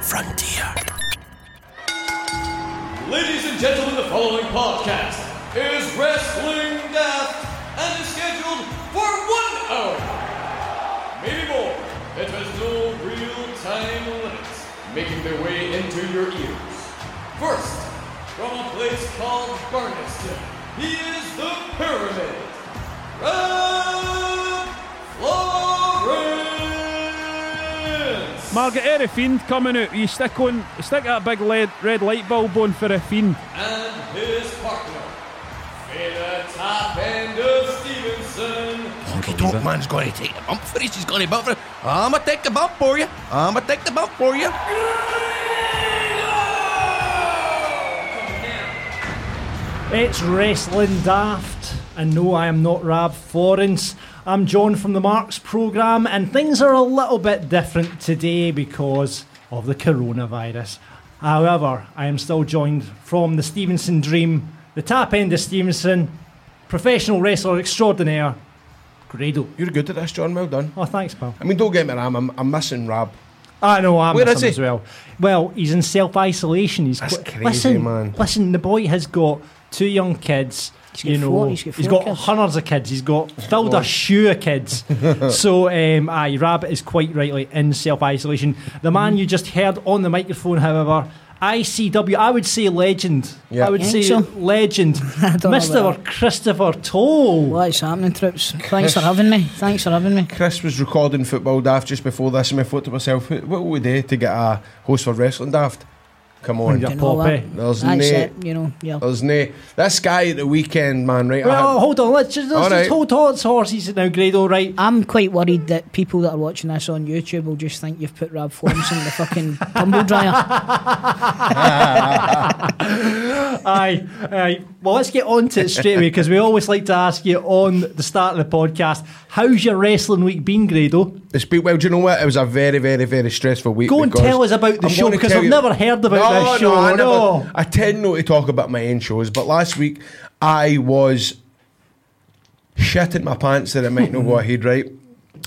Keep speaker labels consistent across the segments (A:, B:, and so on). A: frontier.
B: Ladies and gentlemen, the following podcast is Wrestling Death and is scheduled for one hour. Maybe more. It has no real time limits, making their way into your ears. First, from a place called Barneston, he is the Pyramid. Red Florence!
C: Margaret, air a fiend coming out. You stick on, stick that big lead, red light bulb on for a fiend.
B: and his partner, Vader Top End of Stevenson.
A: Honky Tonk Man's going to take a bump for it. He's going to bump for it. I'ma take the bump for you. I'ma take the bump for you.
D: It's Wrestling Daft, and no, I am not Rab Florence. I'm John from the Marks programme, and things are a little bit different today because of the coronavirus. However, I am still joined from the Stevenson Dream, the tap end of Stevenson, professional wrestler extraordinaire, Grado.
E: You're good at this, John. Well done.
D: Oh, thanks, pal.
E: I mean, don't get me wrong. I'm, I'm missing Rab.
D: I know I'm
E: Where
D: with
E: is
D: him
E: he?
D: as well. Well, he's in self isolation. He's
E: That's
D: quite-
E: crazy,
D: listen,
E: man.
D: Listen, the boy has got two young kids.
F: He's
D: you
F: got
D: know,
F: four- he's got
D: he's
F: four
D: got
F: kids.
D: hundreds of kids. He's got filled a shoe of kids. so, um, aye, Rabbit is quite rightly in self isolation. The
E: Mm.
D: man you just heard on the microphone, however, ICW, I would say legend.
E: Yeah.
D: I would
F: You
D: say
F: think so?
D: legend,
F: don't know about
D: Mister Christopher Toll.
F: What's happening, troops? Thanks for having me. Thanks for having me.
E: Chris was recording Football Daft just before this, and I thought to myself, what what would they to get a host for Wrestling Daft? Come on.
D: Yeah.
F: You know
D: Poppy.
F: what?
E: There's
F: That's
E: no-
F: it. You know, yeah.
E: There's no. This guy at the weekend, man, right? I
D: Well,
E: had-
D: hold on. Let's just, let's
E: All
D: just
E: right.
D: hold on, horses now, Grado. Right,
F: I'm quite worried that people that are watching this on YouTube will just think you've put Rab Forms in the fucking tumble dryer.
D: Aye, aye. Well, let's get on to it straight away because we always like to ask you on the start of the podcast, how's your wrestling week been, Grado?
E: It's been, well, do you know what? It was a very, very, very stressful week.
D: Go and
E: because-
D: tell us about the
E: I'm
D: show
E: gonna
D: because
E: tell
D: I've
E: you-
D: never heard about
E: no,
D: this show.
E: No, I, never-
D: no.
E: I tend not to talk about my own shows, but last week I was shitting my pants that I might know what I had, right?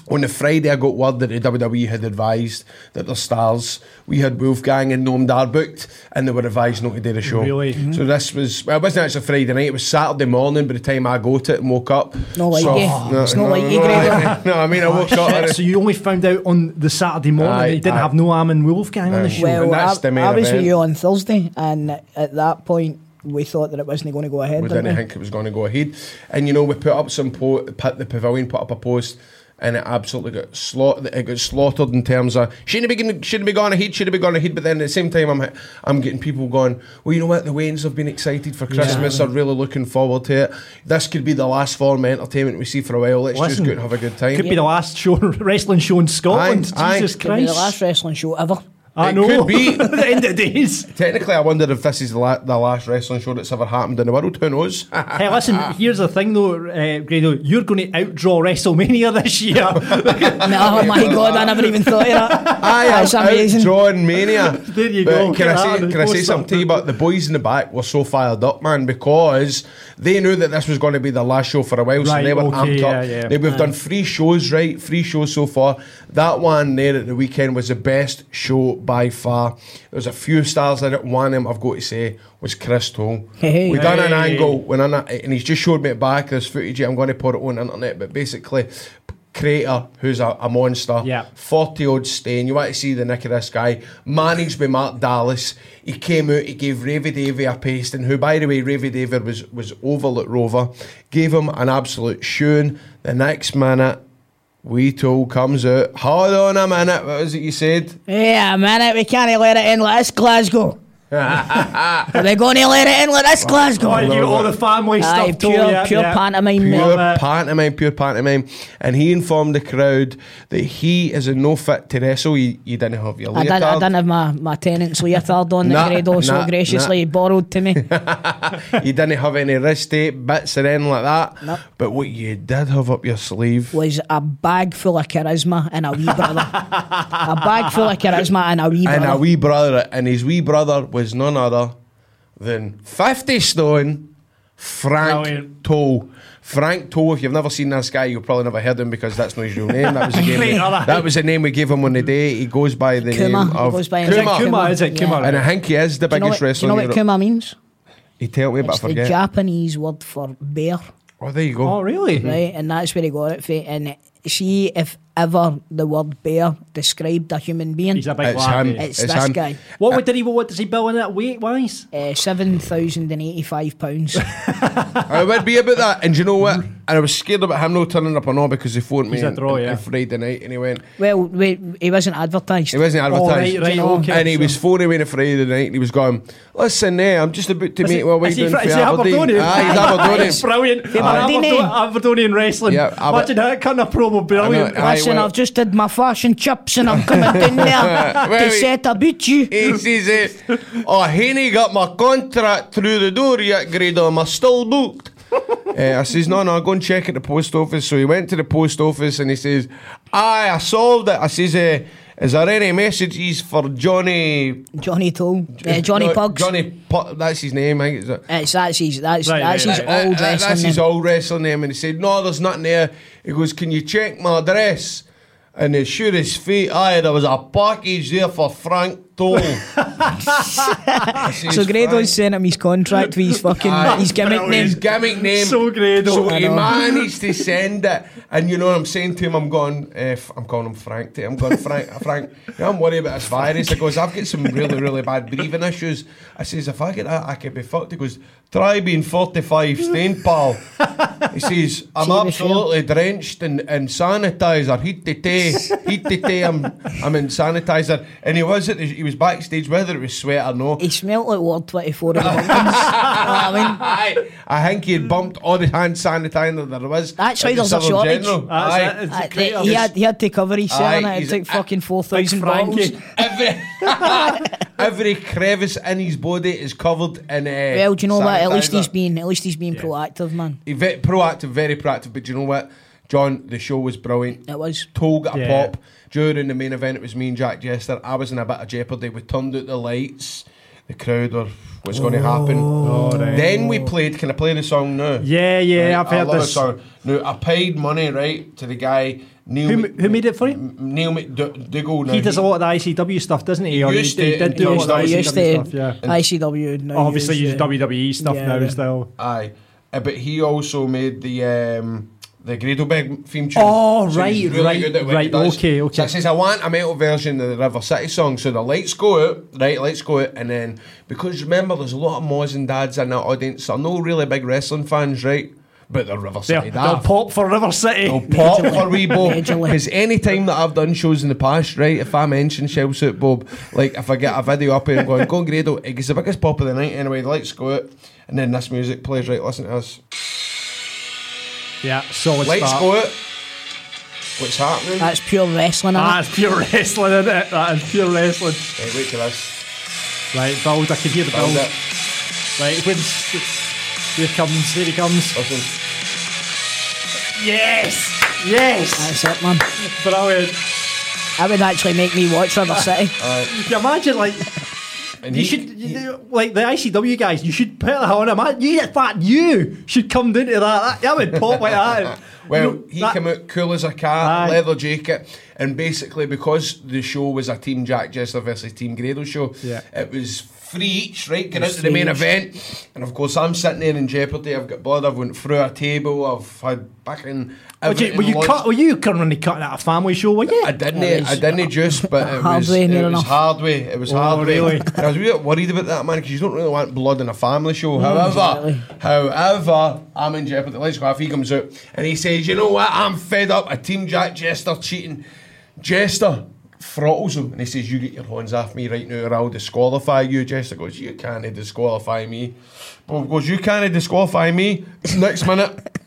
E: On the Friday, I got word that the WWE had advised that their stars, we had Wolfgang and Noam Dar booked, and they were advised not to do the show.
D: Really?
E: So this was, well, it wasn't actually Friday night, it was Saturday morning by the time I got it and woke up.
F: Not like
E: so,
F: you. It's not like you,
E: no,
F: Greg.
E: No, I mean, I woke up. and I-
D: so you only found out on the Saturday morning
E: Aye,
D: that you didn't
E: aye.
D: have no Am and Wolfgang on the
E: Aye.
D: show.
E: And
F: well, I,
E: that's the main
F: I was
E: event.
F: with you on Thursday, and at that point, we thought that it wasn't going to go ahead.
E: we
F: didn't
E: didn't
F: we?
E: think it was going to go ahead. And you know, we put up some po- put the pavilion put up a post, and it absolutely got slaughtered. It got slaughtered in terms of shouldn't be gonna- shouldn't be going ahead, shouldn't be going ahead. But then at the same time, I'm I'm getting people going. Well, you know what? The Waynes have been excited for Christmas. Are really looking forward to it. This could be the last form of entertainment we see for a while. Let's just
D: Listen,
E: go and have a good time.
D: Could be the last show, wrestling show in Scotland.
E: Aye,
D: Jesus
E: aye.
F: Could be the last
D: Christ.
F: wrestling show ever.
D: I
E: It
D: know.
E: could be.
D: the end of days.
E: Technically, I wonder if this is the, la- the last wrestling show that's ever happened in the world. Who knows?
D: Hey, listen, here's the thing though, uh, Grado. You're going to outdraw WrestleMania this year.
F: No, oh my god, I never even thought of that.
E: I
F: That's
E: am
F: amazing.
E: outdrawn mania.
D: There you
E: But
D: go.
E: Can
D: Get
E: I
D: that on
E: say, can I
D: the
E: say
D: poster.
E: something to you? But the boys in the back were so fired up, man, because they knew that this was going to be the last show for a while, so
D: Right,
E: they were
D: okay,
E: amped up.
D: yeah, yeah.
E: They- we've done three shows, right? Three shows so far. That one there at the weekend was the best show by far. There was a few stars in it. One of them I've got to say was Chris Toll.
F: Hey.
E: We done an
D: Hey.
E: angle Oh, when I, and he's just showed me it back. There's footage. I'm going to put it on the internet, but basically. Creator, who's a, a monster,
D: Yeah.
E: 40 odd stain. You want to see the nick of this guy. Managed by Mark Dallas. He came out, he gave Ravy Davy a pasting, who, by the way, Ravy Davy was, was over at Rover. Gave him an absolute shoon. The next minute, Wee Tool comes out. Hold on a minute. What was it you said?
F: Yeah, man, we can't let it in like this, Glasgow. Are they going to let it in like this, Glasgow?
D: Why you all
E: it.
D: the family
F: Aye,
D: stuff? too,
F: pure,
D: yeah,
F: pure
D: yeah.
F: pantomime.
E: Pure
F: mate.
D: it.
E: pantomime, pure pantomime. And he informed the crowd that he is in no fit to wrestle. You, you didn't have your
F: I
E: leotard.
F: didn't, I didn't have my, my tenant's leotard on
E: Nah,
F: that Grado so
E: nah,
F: graciously borrowed to me.
E: you didn't have any wrist tape, bits or anything like that. But what you did have up your sleeve
F: Was a bag full of charisma and a wee brother. a bag full of charisma and a wee brother.
E: and a wee brother, and his wee brother was none other than 50 stone Frank
D: Brilliant.
E: Toe. Frank Toe, if you've never seen this guy, you'll probably never heard him because that's not his real name. That was the,
D: Great,
E: name,
D: alright.
E: that was the name we gave him on the day. He goes by the
F: Kuma.
E: name of
F: goes by
D: Is it
E: Kumar.
D: Kuma, is it? Kuma.
E: And I think he is the
F: Do you know
E: biggest
F: what, do
E: wrestler
F: you know
E: in
F: what
E: Europe.
F: Kuma means?
E: He tell me, but I
F: It's the
E: forget.
F: Japanese word for bear,
E: oh, there you go.
D: Oh, really?
F: right? And that's where he got it from. And see if ever the word bear described a human being,
D: He's a big
E: It's
D: lad.
E: him.
D: eh?
F: it's,
E: It's
F: this
E: him.
F: guy.
D: What would did he? What does he bill in that weight wise?
F: Uh, Seven thousand and eighty-five pounds.
E: I would be about that. And do you know what? And I was scared about him not turning up or not because he phoned me
D: He's a
E: on-
D: draw,
E: on-
D: yeah.
E: on Friday night and he went,
F: well, we, he wasn't advertised.
E: he wasn't
D: Oh,
E: advertised.
D: right, right, okay.
E: and he
D: so-
E: was phoning me on a Friday night and he was going, Listen, there, I'm just about to
D: Is
E: meet
D: he-
E: my way
D: is he
E: down
D: fr-
E: for
D: is he
E: Aberdeen.
D: Aberdonian?
E: Aye, he's Aberdonian.
D: It's brilliant. An
F: Aberdeen.
D: Aberdonian, Aberdonian wrestling.
E: Yeah, Aber-
D: Imagine that kind of promo. Brilliant.
E: I know,
F: Listen,
E: well-
F: I've just did my fashion chips and I'm coming down there
E: Wait,
F: to
E: wait.
F: set a beat you.
E: He says, eh, "Oh, Haney got my contract through the door yet, Grado. Am I still booked?" Eh, I says, "No, no, go and check at the post office." So he went to the post office and he says, "Aye, I solved it." I says, eh, "Is there any messages for Johnny?"
F: Johnny Toll, uh, Johnny
E: No,
F: Pugs.
E: Johnny Pu- That's his name. I think it's a-
F: It's that's his that's
D: Right,
F: that's
D: right,
F: his
E: Uh,
F: old
E: uh,
F: wrestling
E: That's his
F: name.
E: old wrestling name. And he said, No, there's nothing there. He goes, Can you check my address? And as sure as fate, aye, there was a package there for Frank Toll.
F: So Grado's sent him his contract with his fucking
E: Aye.
F: his gimmick
E: His
F: name.
E: gimmick name.
D: So Grado.
E: So
D: I
E: he
D: know.
E: managed to send it, and you know what I'm saying to him? I'm going, eh, f- I'm calling him Frank. To I'm going, Frank, uh, Frank. Yeah, I'm worried about this virus. He goes, I've got some really, really bad breathing issues. I says, if I get that, I could be fucked. He goes, try being 45 stain, pal. He says, I'm
F: Gee,
E: absolutely drenched in, in sanitizer. Heat the tea, heat the tea. I'm, I'm in sanitizer, and he was at the, he was backstage whether it was sweat or no.
F: He smelt like Ward 24 in the Wilkins. You know what I mean?
E: Aye, I think he had bumped all the hand sanitizer there was.
F: That's why
E: at the
F: there's a
E: Surgeon
F: shortage.
E: General.
D: That's
E: Aye.
D: it. It's
F: Uh,
D: a great
F: he,
D: idea.
F: had, he had to cover his
E: Aye,
F: selling it. It
E: he's
F: took
E: a-
F: fucking
D: Thanks,
F: 4,000 bottles.
D: Frankie.
E: Every crevice in his body is covered in. Uh,
F: Well, do you know what? At least he's
E: sanitizer.
F: been at least he's been proactive, man.
E: He ve- proactive, very proactive. But do you know what, John? The show was brilliant.
F: It was.
E: Toe got
D: Yeah.
E: a pop during the main event. It was me and Jack Jester. I was in a bit of jeopardy. We turned out the lights. The crowd were what's going to happen. Then we played. Can I play the song now?
D: Oh, Yeah, yeah,
E: Right,
D: I've
E: I
D: heard
E: love
D: this.
E: this song. Now I paid money right to the guy Neil.
D: Who,
E: Mc-
D: who made it for you?
E: Neil McDougall. Now,
D: He does a lot of the ICW stuff, doesn't he? Or
E: used to-
D: did
E: he
D: do a lot
E: used to-
D: of the
F: he
D: ICW
F: used to
D: stuff, yeah.
F: ICW. Now
D: Obviously,
F: he
D: you use
F: used, uh,
D: WWE E stuff
F: Yeah,
D: now
F: yeah.
D: still.
E: Aye, Uh, but he also made the um, the Gradleberg theme tune.
D: Oh,
E: So he's
D: right,
E: really
D: right,
E: good at what he
D: right,
E: does.
D: okay, okay.
E: So it says I want a metal version of the River City song. So the lights go out, right? Lights go out, and then because remember, there's a lot of moms and dads in that audience. They're no really big wrestling fans, right? But they're River
D: There,
E: City.
D: they'll
E: daft.
D: pop for River City.
E: I'll pop for wee Bob
F: Majorly.
E: because any time that I've done shows in the past, right? If I mention Shell Suit Bob, like if I get a video up and I'm going, go on Grado, it gets the biggest pop of the night anyway. The lights go out, and then this music plays. Right, listen to this.
D: Yeah, solid
E: Lights
D: start.
E: go out. What's happening?
F: That's pure wrestling. innit?
D: Ah, it's pure wrestling, isn't it? That is pure wrestling.
E: Right, wait till this.
D: Right, build. I can hear the
E: Build
D: build.
E: it.
D: Right, when here comes, here he comes.
E: Listen.
D: Yes, yes,
F: That's it, man.
D: brilliant.
F: That would actually make me watch River City.
D: Can you imagine like
E: And
D: you
E: he-
D: should you- like the ICW guys? You should put that on him. I- You, in fact, you should come down to that. That, that would pop like that.
E: Well,
D: You know,
E: he
D: that-
E: came out cool as a cat,
D: Aye.
E: leather jacket, and basically because the show was a Team Jack Jester versus Team Grado show,
D: Yeah.
E: it was free each, right? Get into the main event, and of course I'm sitting there in jeopardy. I've got blood. I've went through a table. I've had back in.
D: Were you, were you cut? Were you currently cutting out a family show? Were you?
E: I didn't. I didn't juice, but it
F: Hard
E: was,
F: way,
E: it
F: near
E: was
F: enough.
E: hard way. It was hard way.
D: really?
E: And I was a bit worried about that man because you don't really want blood in a family show. However,
F: exactly.
E: however, I'm in jeopardy. Let's go. If he comes out and he says, "You know what? I'm fed up. A team Jack Jester cheating." Jester throttles him and he says, "You get your hands off me right now, or I'll disqualify you." Jester goes, "You can't disqualify me." Bob goes, "You can't disqualify me." Next minute.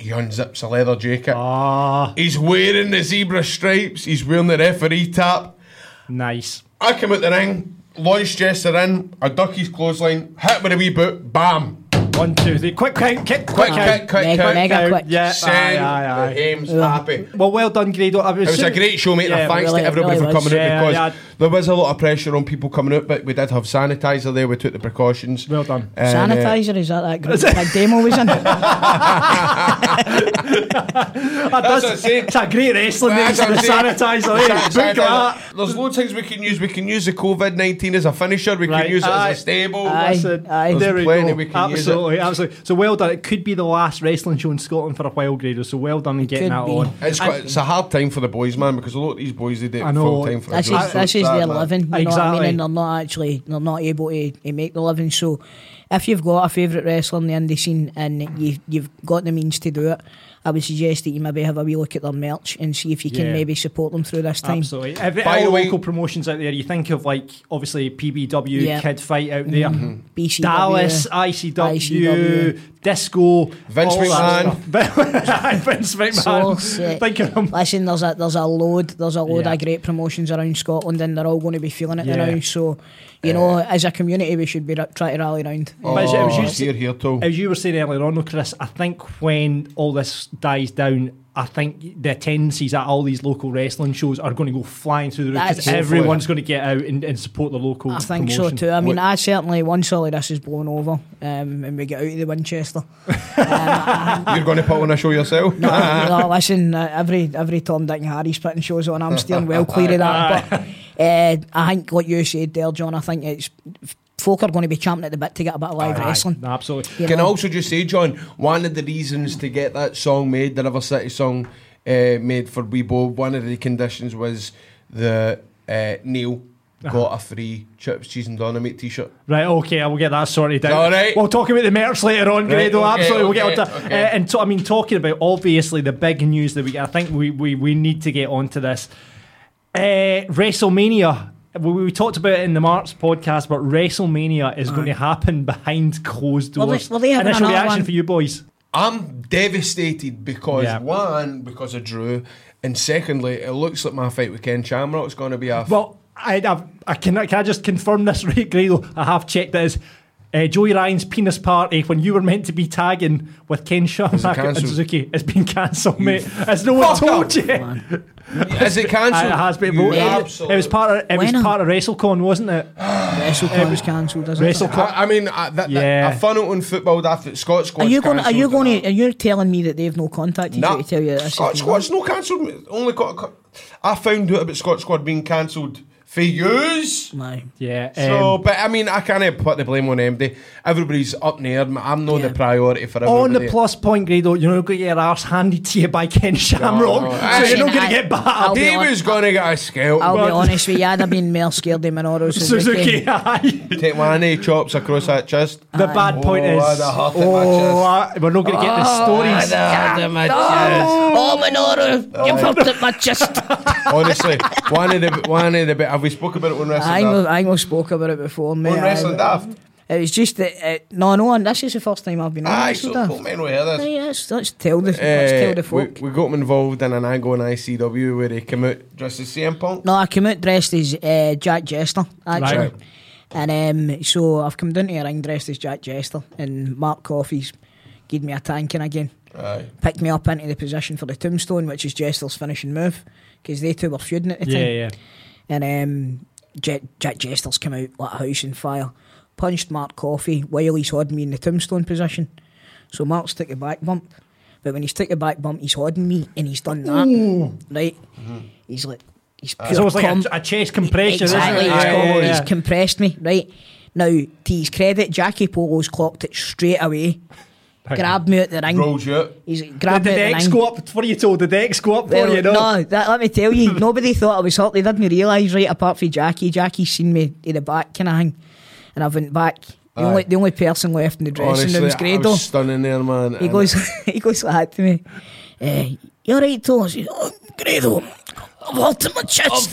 E: He unzips a leather jacket. He's wearing the zebra stripes. He's wearing the referee tap.
D: Nice.
E: I come out the ring, launch Jester in, I duck his clothesline, hit with a wee boot, bam.
D: One, two, three. Quick count, kick,
E: Quick,
D: quick count.
E: quick, quick,
F: Mega,
E: quick.
F: mega
D: count.
F: quick.
D: Yeah, aye,
E: Send
D: aye, aye.
E: the Hames happy.
D: Well, well done, Grado. I
E: It was a great show, mate.
D: Yeah,
E: and thanks
F: really,
E: to everybody
F: really
E: for coming
F: was.
E: out
D: Yeah,
E: because
D: yeah.
E: there was a lot of pressure on people coming out, but we did have sanitizer there. We took the precautions.
D: Well done.
E: And, uh,
F: Sanitizer, is that that group like demo was in?
D: That
E: That's
D: does,
E: what I'm saying.
D: it's a great wrestling name,
E: That's
D: the
E: what I'm saying.
D: sanitizer. eh?
E: Sanitizer.
D: Book that.
E: There's loads of things we can use. We can use the COVID 19 as a finisher, we
D: Right.
E: can use it
D: Aye.
E: as a stable.
F: Aye.
D: Listen,
F: Aye.
D: there we
E: plenty
D: go.
E: we can use
D: absolutely, absolutely. So well done. It could be the last wrestling show in Scotland for a while, Grado. So well done in getting
F: could
D: that
F: be.
D: on.
E: It's, quite, it's a hard time for the boys, man, because a lot of these boys they do
D: I
E: it
D: know.
E: full time for a
F: This
E: job,
F: is,
E: so
F: this
E: it's
F: is
E: sad,
F: their
E: man.
F: living, you know what I mean?
D: Exactly.
F: And they're not actually, they're not able to, to make the living. So, if you've got a favourite wrestler in the indie scene and you, you've got the means to do it, I would suggest that you maybe have a wee look at their merch and see if you can
D: Yeah.
F: maybe support them through this time.
D: Absolutely. Every,
E: By
D: all
E: the way-
D: local promotions out there, you think of like obviously PBW,
F: Yeah.
D: Kid Fight out there,
F: BCW.
D: Dallas, ICW,
F: ICW.
D: Disco,
E: Vince
D: all that stuff. Vince McMahon.
F: Source, yeah.
D: Think of him.
F: Listen, there's a there's a load there's a load
D: Yeah.
F: of great promotions around Scotland, and they're all going to be feeling it
D: Yeah.
F: now. So, you know, as a community, we should be ra- trying to rally around.
D: But it's- it was
E: Oh,
D: used-
E: here, here too.
D: As you were saying earlier on, though, Chris, I think when all this dies down, I think the attendances at all these local wrestling shows are going to go flying through the roof because
F: That's- Hopefully.
D: everyone's going to get out and, and support the local.
F: I think
D: promotion.
F: so too. I mean,
E: What-
F: I certainly once all of this is blown over, um, and we get out of the Winchester.
E: You're going to put on a show yourself?
F: No, no listen, uh, every every Tom Dick and Harry's putting shows on. I'm steering well clear of that. But uh, I think what you said there, John. I think it's folk are going to be champing at the bit to get a bit of live
D: Aye,
F: wrestling.
D: Absolutely.
F: you
E: Can I
F: know?
E: also just say, John, one of the reasons to get that song made, the River City song uh, made for Weebo, one of the conditions was the uh, Neil
D: Uh-huh.
E: got a free chips, cheese, and dynamite t shirt.
D: Right, okay, I will get that sorted out.
E: All right.
D: We'll talk about the merch later on,
E: Right,
D: Grado.
E: okay,
D: absolutely, we'll get
E: okay,
D: on to uh,
E: okay.
D: And to- I mean, talking about obviously the big news that we I think we, we, we need to get onto this. Uh, WrestleMania. We, we talked about it in the March podcast, but WrestleMania is going to happen behind closed
F: Well, they-
D: doors.
F: well, they have
D: Initial
F: another
D: reaction
F: one.
D: for you boys.
E: I'm devastated because,
D: Yeah.
E: one, because I drew, and secondly, it looks like my fight with Ken Shamrock's going to be a.
D: Well, I, I've, I can, can I just confirm this, right, Grado? I have checked it as uh, Joey Ryan's penis party when you were meant to be tagging with Ken Shamrock and
E: cancelled?
D: Suzuki has been cancelled, mate. As no one
E: fucker!
D: told you.
E: is it cancelled?
D: Aye, it has been
E: You
D: voted.
E: absolute-
D: It was part of it was
F: When?
D: part of WrestleCon, wasn't it?
F: WrestleCon was cancelled, isn't it?
D: WrestleCon.
E: I, I mean, I, that,
D: Yeah.
E: that, a funnel in football after Scott Squad.
F: Are you going? Are you going? To, are you telling me that they've no contacted you to tell you that this?
E: Scott
F: is
E: Squad's no cancelled. Only got. co- I found out about Scott Squad being cancelled for years.
F: No.
D: yeah.
E: So,
D: um,
E: but I mean, I can't put the blame on MD. Everybody's up near. I'm I'm not
F: Yeah.
E: the priority for everybody.
D: on the plus point, Grado, you're not going to get your arse handed to you by Ken Shamrock,
E: no.
D: so you're
E: Listen,
D: not going
F: I-
D: to get
F: I'll
D: battered.
F: be
E: Dave
F: hon-
E: is going to get a scalp.
F: I'll be
D: Well-
F: honest with you, I'd have been more scared than Minoru Suzuki.
D: Suzuki, aye.
E: Take one of chops across that chest.
D: The bad point
E: Oh,
D: is,
E: I'd have heart
D: oh,
E: attack
D: I- we're not going to get the stories.
F: Oh, Minoru, you've hurt at my chest.
E: Honestly, one of the one of the bit. Have we spoke about it when
F: I
E: wrestling?
F: ain't,
E: daft?
F: I ain't spoke about it before, mate.
E: When wrestling daft.
F: It was just that, uh, no, no, and this is the first time I've been on
E: Aye,
F: wrestling
E: so
F: daft.
E: cool man, we hear this.
F: Aye, let's, let's tell the, let's
E: Eh, we,
F: tell the folk.
E: we got him involved in an angle in ICW where he came out dressed as CM Punk.
F: No, I came out dressed as uh, Jack Jester, actually.
D: Right.
F: And um, so I've come down to the ring dressed as Jack Jester, and Mark Coffey's gave me a tanking again.
E: Aye.
F: Picked me up into the position for the tombstone, which is Jester's finishing move, because they two were feuding at the
D: Yeah,
F: time.
D: yeah.
F: And um, Jack, Jack Jester's come out like a house in fire, punched Mark Coffey while he's holding me in the tombstone position. So Mark's took a back bump, but when he's took a back bump, he's holding me and he's done that, right? He's like, he's pure
D: It's almost like
F: com-
D: a, a chest compression,
F: Exactly,
D: isn't it?
F: he's,
D: Aye,
F: com-
D: yeah,
F: he's
D: yeah.
F: compressed me, right? Now, to his credit, Jackie Polo's clocked it straight away, grabbed me at the ring.
E: Rolls you out.
F: He's like, grabbed
D: Did
F: me
D: the
F: at
D: decks
F: the ring.
D: go up? What are you told? The decks go up for
F: Well,
D: you, no?
F: no, that, let me tell you, nobody thought I was hurt. They didn't realise, right, apart from Jackie. Jackie's seen me in the back kind of thing, and I went back. The only, the only person left in the dressing
E: Honestly,
F: room's
E: I
F: Grado.
E: was stunning there, man.
F: He
E: And-
F: goes, he goes like that to me. Eh, you're right, Thomas. Oh, Grado, I've hurt my chest.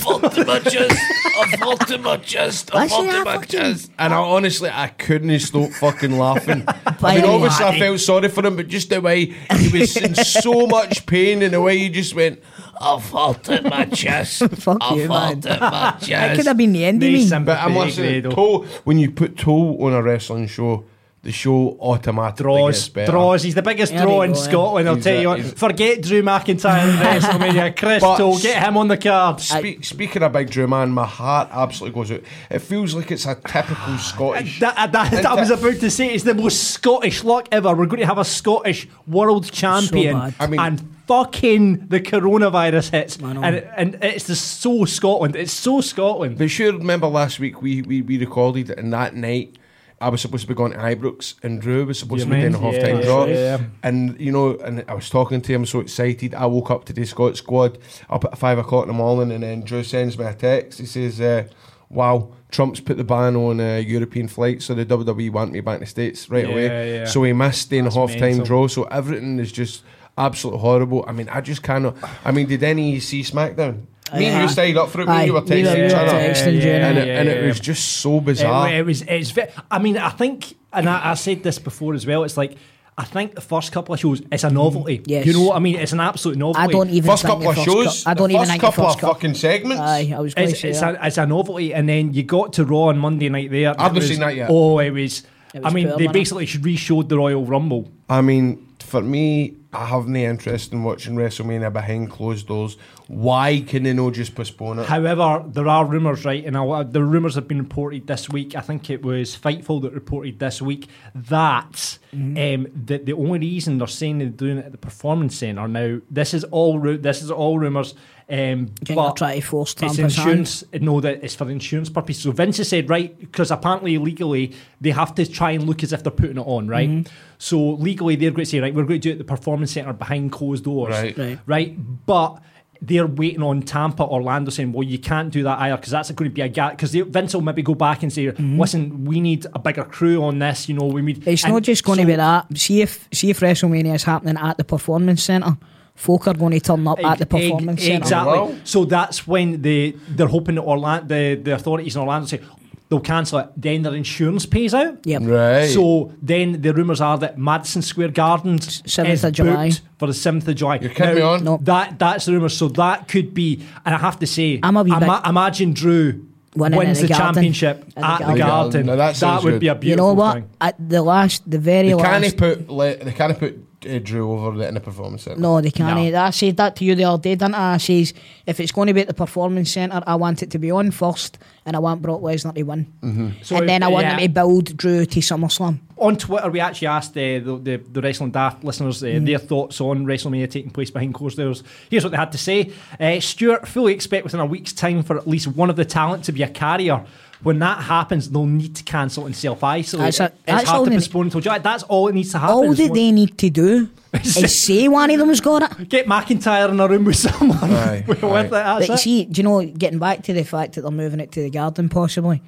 A: I've halted my chest. I've
F: Listen, I
A: halted my
F: fucking-
A: chest.
E: And I honestly, I couldn't stop fucking laughing. I
F: Why?
E: mean, obviously, I felt sorry for him, but just the way he was in so much pain and the way he just went,
A: I've halted my chest.
F: Fuck
A: I've
F: you, man.
A: halted
E: "Ah,
A: my
F: That could
A: chest.
F: have been the end of
D: Nice
F: me.
D: sympathy,
E: But I'm listening.
D: Grado.
E: Toe, when you put toe on a wrestling show, the show automatically
D: Draws,
E: gets better.
D: draws. He's the biggest
F: There
D: draw
F: you
D: in
F: go, yeah.
D: Scotland. I'll
E: He's
D: tell
E: a-
D: you what.
E: he's a-
D: Forget Drew McIntyre in WrestleMania. Chris
E: But-
D: Toll, get him on the card.
E: Spe- speaking of Big Drew Man, my heart absolutely goes out. It feels like it's a typical Scottish.
D: That, uh, that, that I was about to say it's the most Scottish luck ever. We're going to have a Scottish world champion,
F: bad. I
E: mean-
D: and fucking the coronavirus hits,
F: I know.
D: and and it's just so Scotland. It's so Scotland.
E: But sure, remember last week we, we, we recorded it, and that night I was supposed to be going to Ibrox, and Drew was supposed
D: You
E: to be doing a
D: meant-
E: half
D: yeah,
E: time
D: that's
E: draw.
D: right, yeah.
E: And, you know, and I was talking to him, so excited. I woke up today, Scott Squad, up at five o'clock in the morning, and then Drew sends me a text. He says, uh, Wow, Trump's put the ban on uh, European flights, so the WWE want me back in the States right
D: Yeah,
E: away.
D: yeah.
E: So he missed in half time
D: mental.
E: draw, so everything is just. Absolutely horrible. I mean, I just cannot. I mean, did any of you see SmackDown? Me and
F: Aye.
E: you stayed up for it when
F: Aye,
E: you were
F: we were-
E: texting
F: we were
E: each other
F: texting,
D: Yeah,
F: Jane.
E: and, it, and it
D: yeah.
E: was just so
D: It,
E: bizarre.
D: it was. It's. ve- I mean, I think, and I, I said this before as well. It's like. I think the first couple of shows, it's a novelty.
F: Mm. Yes.
D: You know what I mean? It's an absolute novelty.
F: I don't even
E: first
F: think
E: couple
F: the
E: of
F: first
E: shows,
F: cou- I don't
E: the
F: even
E: first
F: think the
E: couple
F: first
E: of
F: couple.
E: fucking segments.
F: Aye, I was going to
D: It's,
F: say uh,
D: it's,
F: that.
D: a, it's a novelty, and then you got to Raw on Monday night there. and
E: I've
D: it
E: not
D: was-
E: seen that yet.
D: Oh, it was.
F: It
D: I
F: was
D: mean,
F: poor,
D: they
F: wasn't it?
D: basically re showed the Royal Rumble.
E: I mean, for me, I have no interest in watching WrestleMania behind closed doors. Why can they not just postpone it?
D: However, there are rumours, right? And I, the rumours have been reported this week. I think it was Fightful that reported this week that um, that the only reason they're saying they're doing it at the Performance Centre now. This is all ru- this is all rumours. Um,
F: Do you think they'll
D: but
F: try to force
D: it's
F: Trump his hand?
D: insurance. No, that it's for insurance purposes. So Vince has said right because apparently legally they have to try and look as if they're putting it on, right?
F: Mm-hmm.
D: So legally they're going to say right, we're going to do it at the Performance Centre behind closed doors,
E: Right.
F: Right.
D: right? But they're waiting on Tampa, Orlando saying, well, you can't do that either because that's going to be a gap. Because Vince will maybe go back and say, listen, we need a bigger crew on this. You know, we need.
F: Mm-hmm. It's
D: and
F: not just going
D: so
F: to be that. See if see if WrestleMania is happening at the Performance Centre. Folk are going to turn up at
D: Eg-
F: the
D: eg-
F: Performance Centre.
D: Exactly.
E: Wow.
D: So that's when they they're hoping that Orlando, the, the authorities in Orlando say they'll cancel it. Then their insurance pays out.
F: Yep.
E: Right.
D: So then the rumours are that Madison Square Gardens
F: seventh
D: is
F: of July.
D: booked for the seventh of July.
E: You're kidding me on?
F: No.
D: That that's the rumour. So that could be, and I have to say,
F: I'm a wee
D: ima-
F: bit-
D: imagine Drew
F: Winning
D: wins
F: in the
D: the
F: Garden.
D: championship
F: In the
D: at the
F: Garden.
D: Garden.
E: Now that
D: That,
E: sounds
D: would
E: good.
D: be a
F: You
D: beautiful
F: know what?
D: thing.
F: At the last, the very
E: They
F: last.
E: can't put like, they can't put uh, Drew over it in the performance center.
F: No, they can't.
D: No.
F: I said that to you the other day, didn't I? I says if it's going to be at the Performance Centre, I want it to be on first, and I want Brock Lesnar to win,
E: Mm-hmm.
D: So
F: and then I want
D: yeah.
F: them to build Drew to SummerSlam.
D: on Twitter, we actually asked uh, the, the the wrestling daft listeners uh,
F: Mm.
D: their thoughts on WrestleMania taking place behind closed doors. Here's what they had to say: uh, Stuart, fully expect within a week's time for at least one of the talent to be a carrier. When that happens, they'll need to cancel and self isolate.
F: That's
D: It's
F: a- that's all
D: hard to
F: they-
D: postpone until July. That's all it needs to happen.
F: All
D: is
F: that
D: one-
F: they need to do is say one of them's got it.
D: get McIntyre in a room with someone.
E: Aye,
D: with
E: aye.
D: it, that's
F: But you
D: it.
F: see, do you know, getting back to the fact that they're moving it to the garden possibly,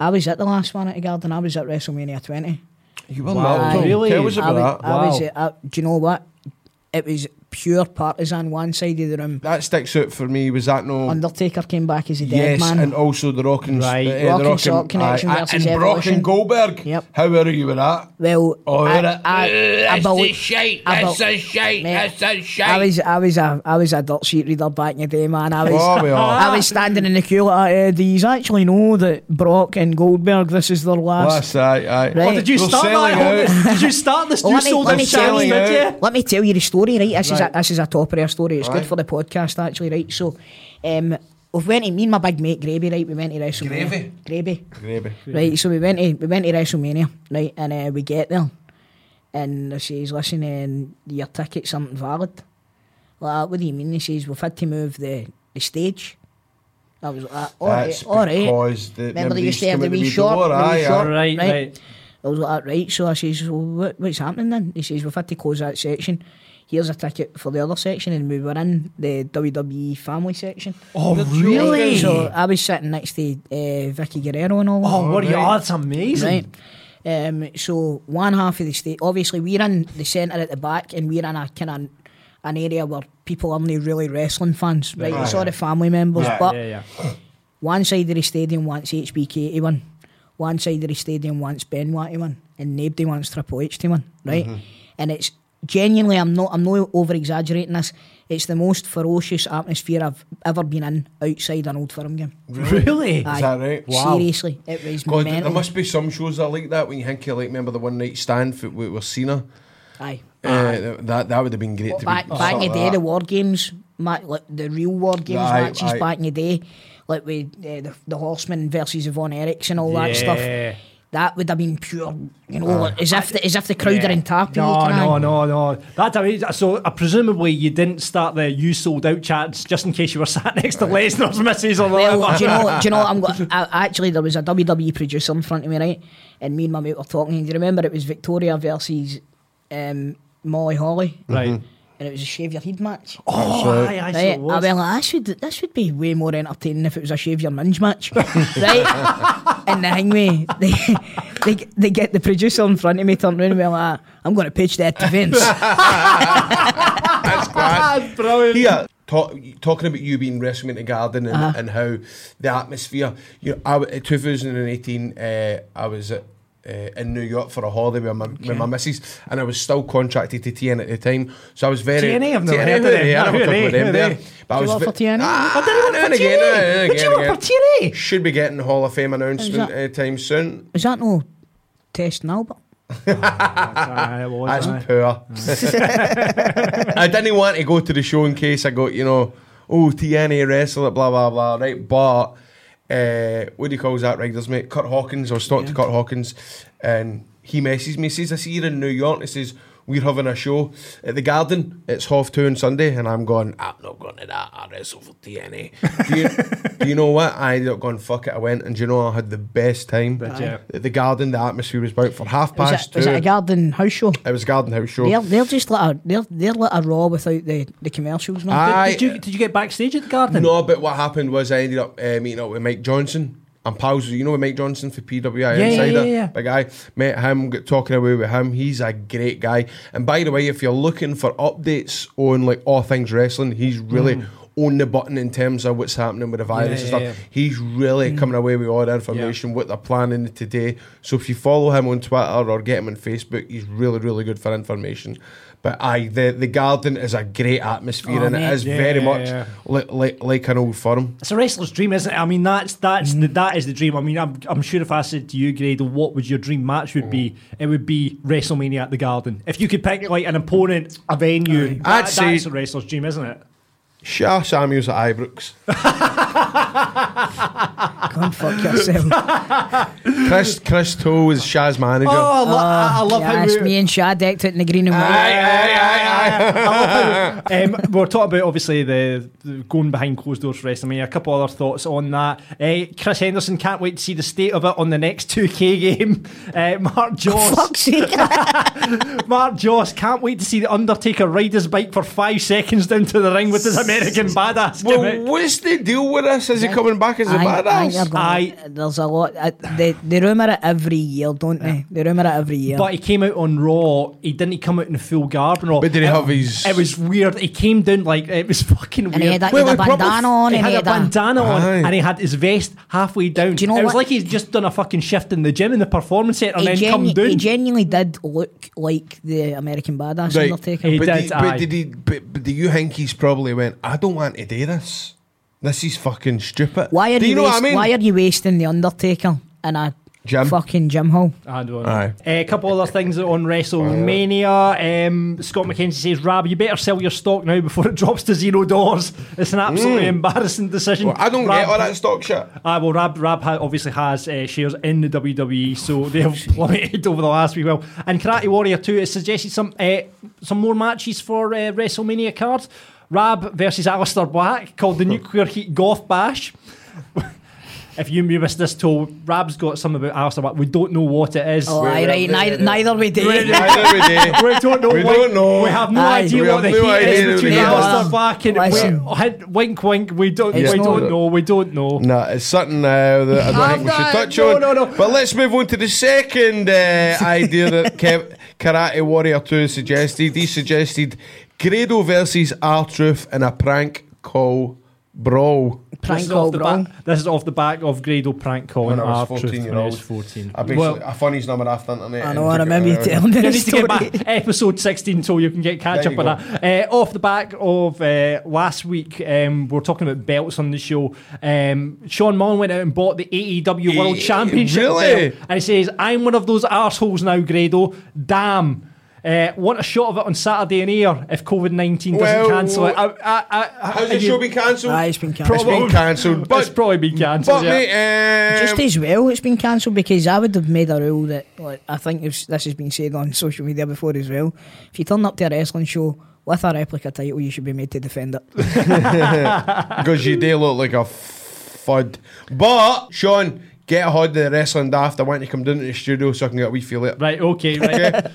F: I was at the last one at the garden, I was at WrestleMania 20.
E: you will
D: Wow.
E: not. Tom.
D: Really?
E: Tell us
F: I was,
E: about that.
F: I was,
D: Wow.
F: I, do you know what? It was pure partisan one side of the room.
E: That sticks out for me. Was that no?
F: Undertaker came back as a dead
E: Yes,
F: man.
E: and also the Rock and
D: Right.
E: uh,
F: Rock
E: the
F: and
E: Rock
F: Sock Connection
E: aye,
F: versus
E: and Brock
F: Evolution.
E: and Goldberg.
F: Yep.
E: How were you with that?
F: well,
E: Oh,
F: I,
E: that-
F: I, I,
A: That's
F: belie-
A: the shite.
F: I
A: That's
F: bel-
A: the shite.
F: Mate,
A: That's the shite.
F: I was, I was a, I was a dirt sheet reader back in the day, man. I was,
E: Oh, we are.
F: I was standing in the queue. Like, uh, do you actually know that Brock and Goldberg, this is their last
E: Last, aye, aye.
F: Right.
D: Oh, did you
E: They're
D: start
E: selling
D: that? Did you start this? You
F: Let me-
D: sold
F: let
D: the
F: me
D: channel,
E: tell you.
D: did you?
F: Let me tell you the story, right?
E: Right.
F: This is a, this is a top rare story. It's
E: Right.
F: good for the podcast, actually, right? So, um, we went to me and my big mate Gravy, right? We went to WrestleMania.
E: Gravy?
F: Gravy.
E: Gravy.
F: Right. So we went to we went to WrestleMania, right? And uh, we get there, and they says, "Listen, um, your ticket's invalid." Well, what do you mean? He says, "We've had to move the the stage." I was like, "All
E: That's
F: right, all right."
E: because the
F: Remember they used to
E: come
F: have the
E: in
F: wee
E: wee
F: short,
E: door,
F: the wee
E: aye,
F: short.
E: aye.
D: Right,
F: Right.
D: right.
F: I was like, right. So I says, well, what, what's happening then? He says, we've had to close that section. Here's a ticket for the other section, and we were in the WWE family section.
D: Oh,
E: really?
D: really?
F: So I was sitting next to uh, Vicky Guerrero and all that.
D: Oh, what are you?
E: Alright.
D: Oh, that's amazing.
F: Right. Um, so one half of the state, obviously, we're in the centre at the back, and we're in a kind of an area where people aren't really wrestling fans, right?
E: Right.
F: It's all the family members,
E: Yeah,
F: but
D: Yeah, yeah.
F: one side of the stadium wants HBK to win,
E: Mm-hmm.
F: one side of the stadium wants Benoit to win, and nobody wants Triple H to win, right? And it's genuinely, I'm not, I'm not over exaggerating this. It's the most ferocious atmosphere I've ever been in outside an old firm game.
D: Really?
F: Aye.
E: that right?
D: Wow.
F: Seriously, it was
E: God,
F: mental.
E: there must be some shows that are like that when you think you like remember the one night stand for, with, with Cena.
F: Aye.
E: Uh, that that would have been great to
F: back
E: be
F: back in the day, the
E: that.
F: war games, ma- like the real war games
E: Aye,
F: matches
E: aye.
F: back in the day, like with uh, the, the Horsemen versus Yvonne Eriks and all that
C: Yeah.
F: stuff. That would have been pure, you know, like, as if the, as if the crowd are in tapping.
D: No,
F: like, aye.
D: no, no, no. That's amazing. So, uh, presumably, you didn't start the you sold out chats just in case you were sat next to Lesnar's missus or whatever.
F: Well, do you know? Do you know? what I'm go- I, actually there was a WWE producer in front of me, right? And me and my mate were talking. And do you remember it was Victoria versus um, Molly Holly,
D: Mm-hmm. Right.
F: and it was a shave your head match.
D: Oh, aye, aye, so
F: Right,
D: it
F: ah,
D: was.
F: well, this would this would be way more entertaining if it was a shave your minge match, right? and the hangway, they, they they get the producer in front of me, turn around, and be like, "I'm going to pitch that to Vince."
E: That's class. Brilliant. Here, talk, talking about you being WrestleMania Garden and,
D: Uh-huh.
E: and how the atmosphere. You know, I, w- in 2018, uh, I was at, uh, in New York for a holiday with my, with my missus, and I was still contracted to TN at the time, so I was very
D: TNA, I've never
E: TNA,
D: heard of them.
E: yeah, I never
D: Who are
E: talked
D: they?
E: about
D: Who are
E: them there.
D: they?
E: But I
F: Do you
E: was
F: work
E: ve-
F: for TNA?
E: Ah,
D: I didn't work for
E: now and again,
D: TNA.
E: now and
D: Would you
E: again,
D: work for
E: again.
D: TNA?
E: Should be getting Hall of Fame announcement
F: that?
E: uh, time soon.
F: was that no test and Albert?
C: Ah,
D: Aye, it was,
E: That's
D: aye.
E: poor. I didn't want to go to the show in case I got, you know, oh, TNA wrestler, blah, blah, blah, right? But, uh, what do you call that, Rigders, mate? Kurt Hawkins, I was talking to Kurt Hawkins, and he messages me, says, I see you're in New York, and he says, we're having a show at the Garden. It's half two on Sunday, and I'm going, I'm not going to that. I wrestle for TNA. do, you, do you know what? I ended up going, fuck it, I went, and do you know, I had the best time.
D: you?
E: At the Garden, the atmosphere was about for half
F: Was it,
E: past
F: was
E: two.
F: it a garden house show?
E: It was a garden house show.
F: They're, they're just like a, they're they're like a raw without the, the commercials. No?
E: Aye.
D: Did you, did you get backstage at the garden?
E: No, but what happened was I ended up uh, meeting up with Mike Johnson. I'm pals, with- you know, with Mike Johnson for PWI
D: yeah,
E: Insider.
D: yeah, yeah.
E: Big guy. Met him, got talking away with him. He's a great guy. And by the way, if you're looking for updates on like all things wrestling, he's really on the button in terms of what's happening with the virus
D: Mm. yeah, Mm.
E: and stuff. He's really coming away with all the information, what they're planning today. So if you follow him on Twitter or get him on Facebook, he's really, really good for information. But aye, the, the garden is a great atmosphere
F: Oh,
E: and
F: man.
E: it is very
D: Yeah,
E: much
D: yeah.
E: like, like like an old firm.
D: It's a wrestler's dream, isn't it? I mean, that's that's
F: Mm.
D: the, that is the dream. I mean, I'm, I'm sure if I said to you, Grado, what would your dream match would
F: Mm.
D: be? It would be WrestleMania at the Garden. If you could pick like an opponent, a venue, that-
E: I'd say-
D: that's a wrestler's dream, isn't it?
E: Shah Samuels at Ibrox.
F: Go and fuck yourself.
E: Chris Chris Toe is Shah's manager.
D: Oh, I, lo- I, I love how
F: yes,
D: we,
F: me and Shad decked it in the green and white.
E: Aye, aye, aye, aye.
D: um, we we're talking about obviously the, the going behind closed doors for WrestleMania. A couple other thoughts on that. Uh, Chris Henderson can't wait to see the state of it on the next 2K game. Uh, Mark Joss,
F: Fuck's sake.
D: Mark Joss can't wait to see the Undertaker ride his bike for five seconds down to the ring with his American badass gimmick.
E: Well, what's the deal with us? Is he coming back as a
F: I- I think
E: badass?
F: they're gonna-
D: Aye.
F: there's a lot. I, they they rumour it every year, don't they? They rumour it every year.
D: But he came out on Raw. He didn't come out in the full garb and all.
E: But did he
D: it,
E: have his-
D: It was weird. He came down like it was fucking weird.
F: and he had, that,
E: Wait,
F: he had
E: wait,
F: a
E: proper-
F: bandana on,
D: He
F: and
D: had
F: he
D: a
F: had that.
D: bandana on,
E: Aye.
D: and he had his vest halfway down.
F: Do you know
D: it was
F: what?
D: like he's just done a fucking shift in the gym in the performance center and
F: He,
D: then come
F: genu- he
D: down.
F: genuinely did look like the American badass
E: Right.
F: Undertaker.
D: He
E: but,
D: did,
E: do-
D: aye.
E: but did he? But, but do you think he's probably went? I don't want to do this. This is fucking stupid.
F: Why are
E: do
F: you,
E: you know
F: waste,
E: what I mean?
F: Why are you wasting the Undertaker in a
E: Jim?
F: fucking gym hall?
D: I don't know.
E: Aye.
D: Eh, a couple other things on WrestleMania. Um, Scott McKenzie says, "Rab, you better sell your stock now before it drops to zero dollars. It's an absolutely embarrassing decision."
E: Mm. Well, I don't
D: Rab-
E: get all that stock shit.
D: Ah, well, Rab, Rab ha- obviously has uh, shares in the WWE, so they have plummeted over the last week. Well, and Karate Warrior 2 has suggested some uh, some more matches for uh, WrestleMania card. Rab versus Alistair Black called the Nuclear Heat Goth Bash. if you missed this tool, Rab's got some about Alistair Black. We don't know what it is.
F: Oh,
E: Wait,
F: aye,
E: wait,
F: right.
E: wait,
F: Neither,
E: wait.
F: neither we do.
D: Wait,
E: I know we do.
D: We don't know.
E: We
D: what-
E: don't know.
D: We have no
F: Aye.
D: idea
E: We
D: what the
E: have
D: heat
E: no idea
D: is
E: who
D: between
E: it is.
D: Alistair Black and
F: Listen.
D: we, hint, wink, wink. We don't.
F: It's
D: we
F: not-
D: don't know. We don't know.
E: No, it's something uh, that I don't
D: I'm
E: think we should
D: not-
E: touch
D: no,
E: on.
D: no, no.
E: But let's move on to the second uh, idea that Kev- Karate Warrior 2 suggested. He suggested Grado versus R Truth in a prank call brawl.
F: Prank
D: this, is
F: call,
D: off the
F: bro.
D: back, this is off the back of Grado prank calling
E: When I was
D: our
E: 14
D: truth
E: year
D: when I
E: old.
D: was 14.
E: I basically
C: Well-
E: I funnies number off the internet.
F: I
E: and
F: know, I
E: took it
F: remember you
E: around.
F: telling
D: You
F: this
D: need to
F: story.
D: get back episode 16 so you can get catch
E: There
D: up
E: you
D: on that. Uh, off the back of uh, last week, um, we are talking about belts on the show. Um, Sean Mullen went out and bought the AEW World
E: Eh,
D: Championship
E: really?
D: belt, and he says, "I'm one of those arseholes now, Grado. Damn." Uh, want a shot of it on Saturday in air if COVID 19 doesn't
E: Well,
D: cancel it. I, I, I, I-
E: How's the
D: you-
E: show been cancelled?
F: Aye, it's been
E: It's
F: cancelled.
E: been cancelled.
D: It's
E: But,
D: probably been cancelled.
E: but
D: yeah.
E: mate, um,
F: Just as well, it's been cancelled because I would have made a rule that like, I think if this has been said on social media before as well. If you turn up to a wrestling show with a replica title, you should be made to defend it.
E: Because you do look like a fud. But, Sean, get a hold of the wrestling daft. I want you to come down to the studio so I can get a wee feel it.
D: Right, okay, right.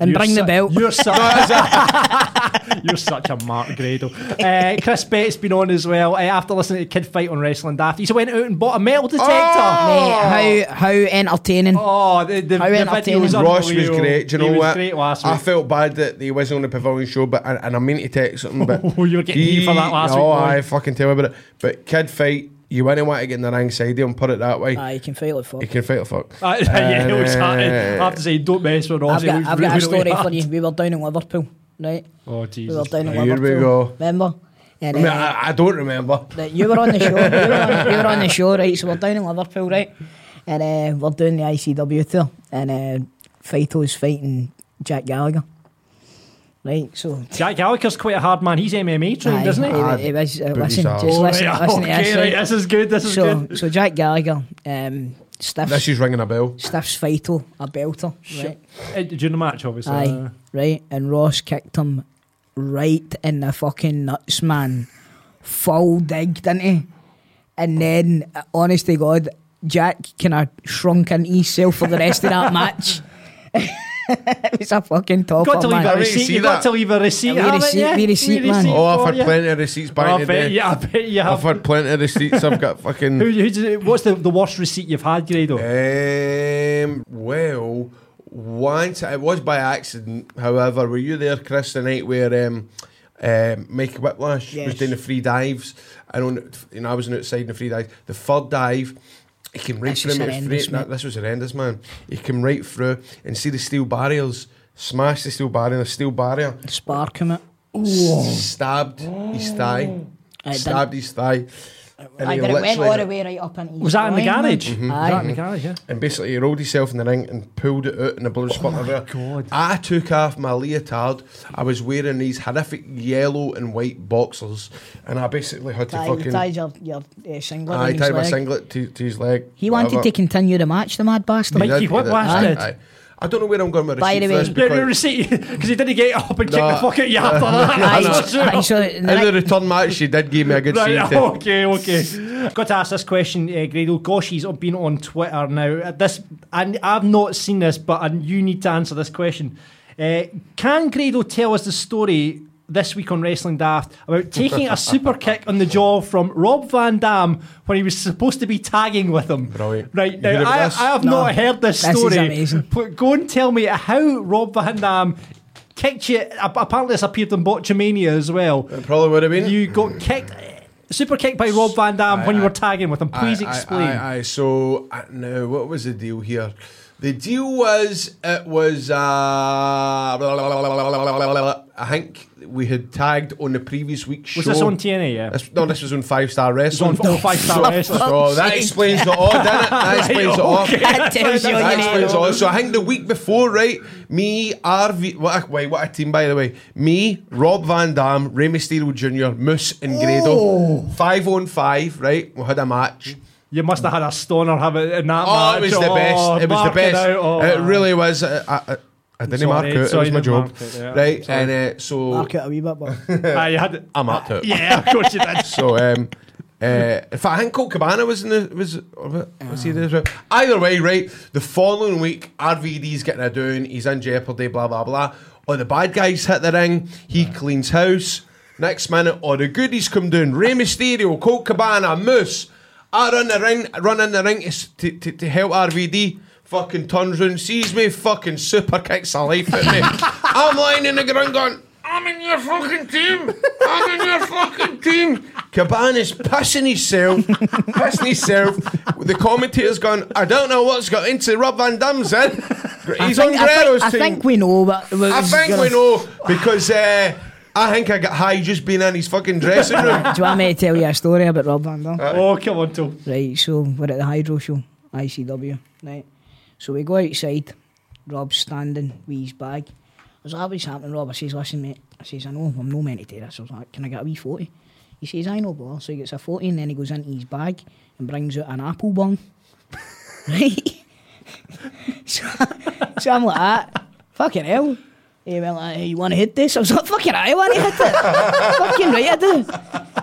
F: And
D: You're
F: bring the
D: su-
F: belt.
D: You're such, you're such a Mark Grado. Uh, Chris Bett's been on as well uh, after listening to Kid Fight on Wrestling Daft. He's went out and bought a metal detector.
E: Oh!
F: Mate, how, how entertaining.
D: Oh, the, the, the
F: How
D: video
F: entertaining.
D: was
E: Ross was
D: unbelievable.
E: great. Do you know
D: he was
E: what?
D: great last
E: I
D: week.
E: felt bad that he wasn't on the pavilion show, but and, and I mean to text him. But
D: Oh, you were getting heat for that last
E: oh,
D: week,
E: Oh,
D: weren't
E: I
D: you?
E: fucking tell me about it. But kid fight, you wouldn't want to get in the ring side him. Put it that way.
F: Aye, you can feel it for.
E: You can fight a fuck.
D: Uh, yeah, it was, I
E: Uh,
D: have to say, don't mess with Ross.
F: I've
D: He
F: got,
D: looked
F: I've got a
D: really
F: story for
D: hard.
F: you. We were down in Liverpool, right?
D: Oh,
F: We were
D: Jesus.
F: down in
E: Here we
F: Liverpool.
E: go.
F: Remember? And,
E: I, mean,
F: uh,
E: I, I don't remember.
F: that you were on the show. You were on, you were on the show, right? So we're down in Liverpool, right? And uh, we're doing the ICW tour, and uh, Faito's fighting Jack Gallagher, right? So.
D: Jack Gallagher's quite a hard man. He's MMA trained,
F: aye,
D: isn't he?
E: Ah,
F: it was- uh,
E: booty
F: listen,
E: sour.
F: just listen,
D: Right,
F: listen to
D: Oh, okay,
F: this.
D: right,
F: right?
D: this is good. This is
F: So,
D: good.
F: so Jack Gallagher, um, stiffs,
E: This is ringing a bell.
F: stiffs Faito, a belter, right?
D: Uh, during the match, obviously. uh,
F: Aye, right. And Ross kicked him right in the fucking nuts, man. Full dig, didn't he? And then, uh, honest to God, Jack kind of shrunk into himself for the rest of that match. it was a fucking top.
D: Got to leave
E: I
D: a
E: really
D: receipt.
E: see
D: You
E: that.
D: got to leave a receipt.
F: we
D: haven't
F: receipt-
D: you?
F: we
D: We
F: receipt, man.
D: receipt
E: Oh,
D: for
E: I've
D: you.
E: had plenty of receipts back in
D: I
E: the
D: bet,
E: day.
D: yeah, I bet you
E: I've
D: have.
E: had plenty of receipts. I've got fucking.
D: Who, who's, what's the, the worst receipt you've had, Grado?
E: Um, well, once it was by accident. However, were you there, Chris, the night where um, um, Mike Whiplash was
F: Yes.
E: doing the free dives, and on, you know, I was on the outside in the free dive. The third dive. He came right
F: This
E: through.
F: was
E: me, it was
F: horrendous,
E: free-
F: mate.
E: This was horrendous, man. He came right through and see the steel barriers. Smash the steel barrier. The steel barrier
F: Spark him it.
E: stabbed his thigh.
F: Aye, done.
E: stabbed his thigh. And
F: Aye,
E: he
F: but it went
E: literally-
F: all the way right up into
D: Was that in the garage?
E: Mm-hmm.
D: Was that in the
F: Aye.
D: garage, yeah.
E: And basically, he rolled himself in the ring and pulled it out, and the blood
F: Oh
E: spurted everywhere.
D: God.
E: I took off my leotard. I was wearing these horrific yellow and white boxers, and I basically had to
F: Tie,
E: fucking.
F: you tied your, your uh, singlet
E: I
F: around his
E: tied my
F: leg.
E: singlet to, to his leg.
F: He wanted to
E: whatever.
F: continue the match, the mad bastard.
E: He
D: Mikey
E: did, he did.
D: Whiplash
E: Aye,
D: did.
E: aye. I don't know where I'm going with
F: By
E: receipt
F: the
E: for
F: way-
E: this
D: Yeah, the
E: because-
D: receipt because he didn't get up and kick
E: No.
D: the fuck out you after that.
F: Aye,
D: That's
F: so- aye, so the
E: in
F: next-
E: the return match, she did give me a good
D: Right,
E: seat.
D: okay, okay. Got to ask this question, uh, Grado. Gosh, he's been on Twitter now. Uh, This, and I've not seen this, but I, you need to answer this question. Uh, can Grado tell us the story this week on Wrestling Daft about taking a super kick on the jaw from Rob Van Dam when he was supposed to be tagging with him?
E: Brilliant.
D: Right
E: You
D: now,
E: heard about
D: I,
E: this?
D: I have
F: No.
D: not heard this,
F: This is
D: story.
F: amazing.
D: But go and tell me how Rob Van Dam. Kicked you. ap- Apparently, this appeared in Botchamania as well.
E: It probably would have been.
D: You got kicked, super kicked by Rob Van Dam when you were tagging with him. Please
E: Aye, aye,
D: explain.
E: Aye, aye. So uh, now, what was the deal here? The deal was it was uh, I think we had tagged on the previous week's
D: Was
E: show.
D: this on TNA? Yeah.
E: This- no, this was on Five Star Wrestling.
D: on on five star wrestling.
E: so that explains it all, doesn't it? That explains it all.
F: That tells
E: That
F: you your name.
E: explains it all. So I think the week before, right? Me, RV, what a, wait, what a team by the way. Me, Rob Van Dam, Rey Mysterio Jr., Moose, and Grado.
D: Oh.
E: Five on five, right? We had a match.
D: You must have had a stoner have it in that
E: Oh,
D: match.
E: it was the
D: Oh,
E: best. It was the
D: marking
E: best.
D: out. Oh,
E: it
D: man.
E: really was. I, I, I- I didn't
D: Sorry,
E: mark it. It was
D: sorry,
E: my
D: you didn't
E: job,
D: mark it, yeah.
E: right?
D: Sorry.
E: And uh, so
F: Mark it a wee bit, but
D: Aye, you had it.
E: I marked it.
D: Yeah, of course you did.
E: So um, uh, in fact, I think Colt Cabana was in the was was he there? as well? Either way, right? The following week, RVD's getting a doing. He's in jeopardy. Blah blah blah. Or the bad guys hit the ring. He cleans house. Next minute, or the goodies come down. Rey Mysterio, Colt Cabana, Moose. I run the ring, run in the ring to, s- to, to, to help RVD. Fucking turns round, sees me, fucking super kicks a life at me. I'm lying in the ground going, I'm in your fucking team. I'm in your fucking team. Cabana's pissing himself, pissing himself. The commentator's going, I don't know what's got into Rob Van Dam's head. He's
F: I
E: on
F: think, I think-
E: Guerrero's
F: I
E: team.
F: think we know, but
E: I think we know because uh, I think I got high just being in his fucking dressing room.
F: Do you want me to tell you a story about Rob Van Dam?
D: Oh, come on, Tom.
F: Right, so we're at the hydro show, ICW, right? So we go outside, Rob's standing with his bag. I was like, what's happening, Rob? I says, listen, mate. I says, I know, I'm no meant to do this. I was like, can I get a wee 40? He says, I know, bro. So he gets a 40 and then he goes into his bag and brings out an apple bung. right? so, so I'm like, ah, fucking hell. He went like, hey, you want to hit this? I was like, fucking I want to hit it. fucking right, I do.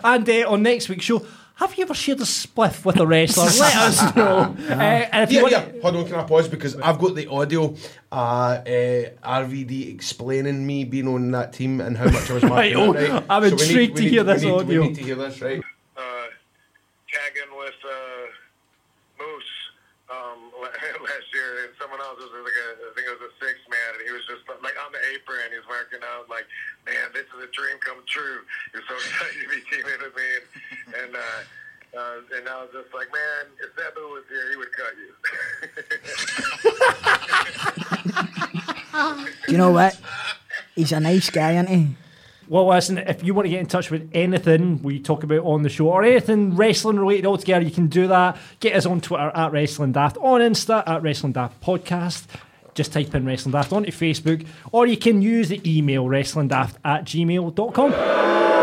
D: And uh, on next week's show, have you ever shared a spliff with a wrestler? Let us know. Uh, and if you
E: Yeah,
D: want
E: yeah. Hold on, can I pause because I've got the audio. Uh, uh, RVD explaining me being on that team and how much I was marking.
D: Right, oh,
E: it, right?
D: I'm
E: So we need-
D: intrigued
E: we
D: to
E: need-
D: hear
E: we
D: this
E: need-
D: audio.
E: We need to hear this, right?
G: uh, tagging with uh, Moose um, last year, and someone else was like a, I think it was a six man, and he was just like on the apron, he's working out like, man, this is a dream come true. You're so excited to be teaming with me, and and, uh, uh, and I was just like, man, if Zebu was here, he would cut you.
F: Do you know what? He's a nice guy, isn't he?
D: Well, listen, if you want to get in touch with anything we talk about on the show or anything wrestling related altogether, you can do that. Get us on Twitter at Wrestling Daft, on Insta at Wrestling Daft Podcast. Just type in Wrestling Daft onto Facebook, or you can use the email wrestlingdaft at gmail.com.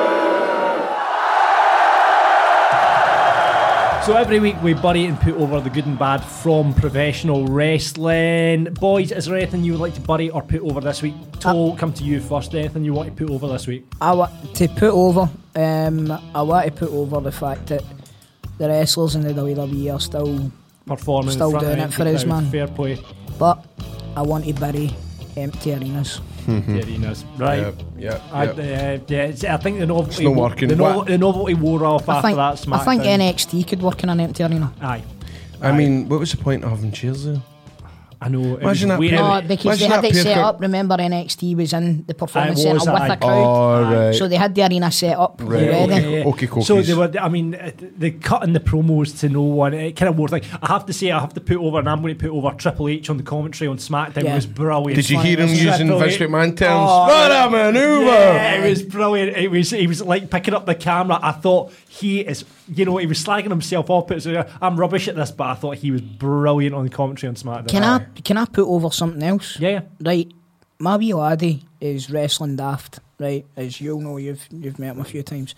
D: So every week we bury and put over the good and bad from professional wrestling. Boys, is there anything you would like to bury or put over this week?
F: Uh,
D: Toll, come to you first. Anything you want to put over this week?
F: I want to put over. Um, I want to put over the fact that the wrestlers in the WWE are still.
D: performing.
F: Still
D: in front
F: doing
D: of
F: it for us,
D: empty crowds.
F: man.
D: Fair play,
F: But I want to bury empty arenas.
D: the arenas. Right.
E: Yeah, yeah.
D: I,
E: yeah.
D: uh, yeah, it's- I think the novelty.
E: not working.
D: The, no-
E: What?
D: the novelty wore off
F: I
D: after
F: think,
D: that
F: I think
D: SmackDown.
F: NXT could work in an empty arena.
D: Aye,
E: I mean, what was the point of having cheers there?
D: I know. it
E: Imagine
D: was
E: that
D: weird.
E: Yeah,
F: No,
E: but-
F: because
E: Why's
F: they had
E: that
F: it set
E: pure-
F: up. Remember, NXT was in the performance
D: Aye,
F: centre
D: was,
F: with
D: aye.
F: a crowd.
E: All Oh, right.
F: So they had the arena set up
E: Right,
F: already.
E: okay. okay, cookies.
D: So they were. I mean, uh, they cut in the promos to no one. It kind of wore like I have to say, I have to put over, and I'm going to put over Triple H on the commentary on SmackDown. It
F: Yeah.
D: was brilliant.
E: Did you hear him
D: Triple
E: using
D: H-
E: Vince McMahon terms?
D: Oh,
E: what a maneuver!
D: Yeah, it was brilliant. It was he was like picking up the camera. I thought he is, you know, he was slagging himself off. It was, uh, I'm rubbish at this, but I thought he was brilliant on the commentary on SmackDown.
F: Can I can I put over something else?
D: Yeah, yeah.
F: Right, my wee laddie is wrestling daft. Right, as you'll know, you've you've met him a few times,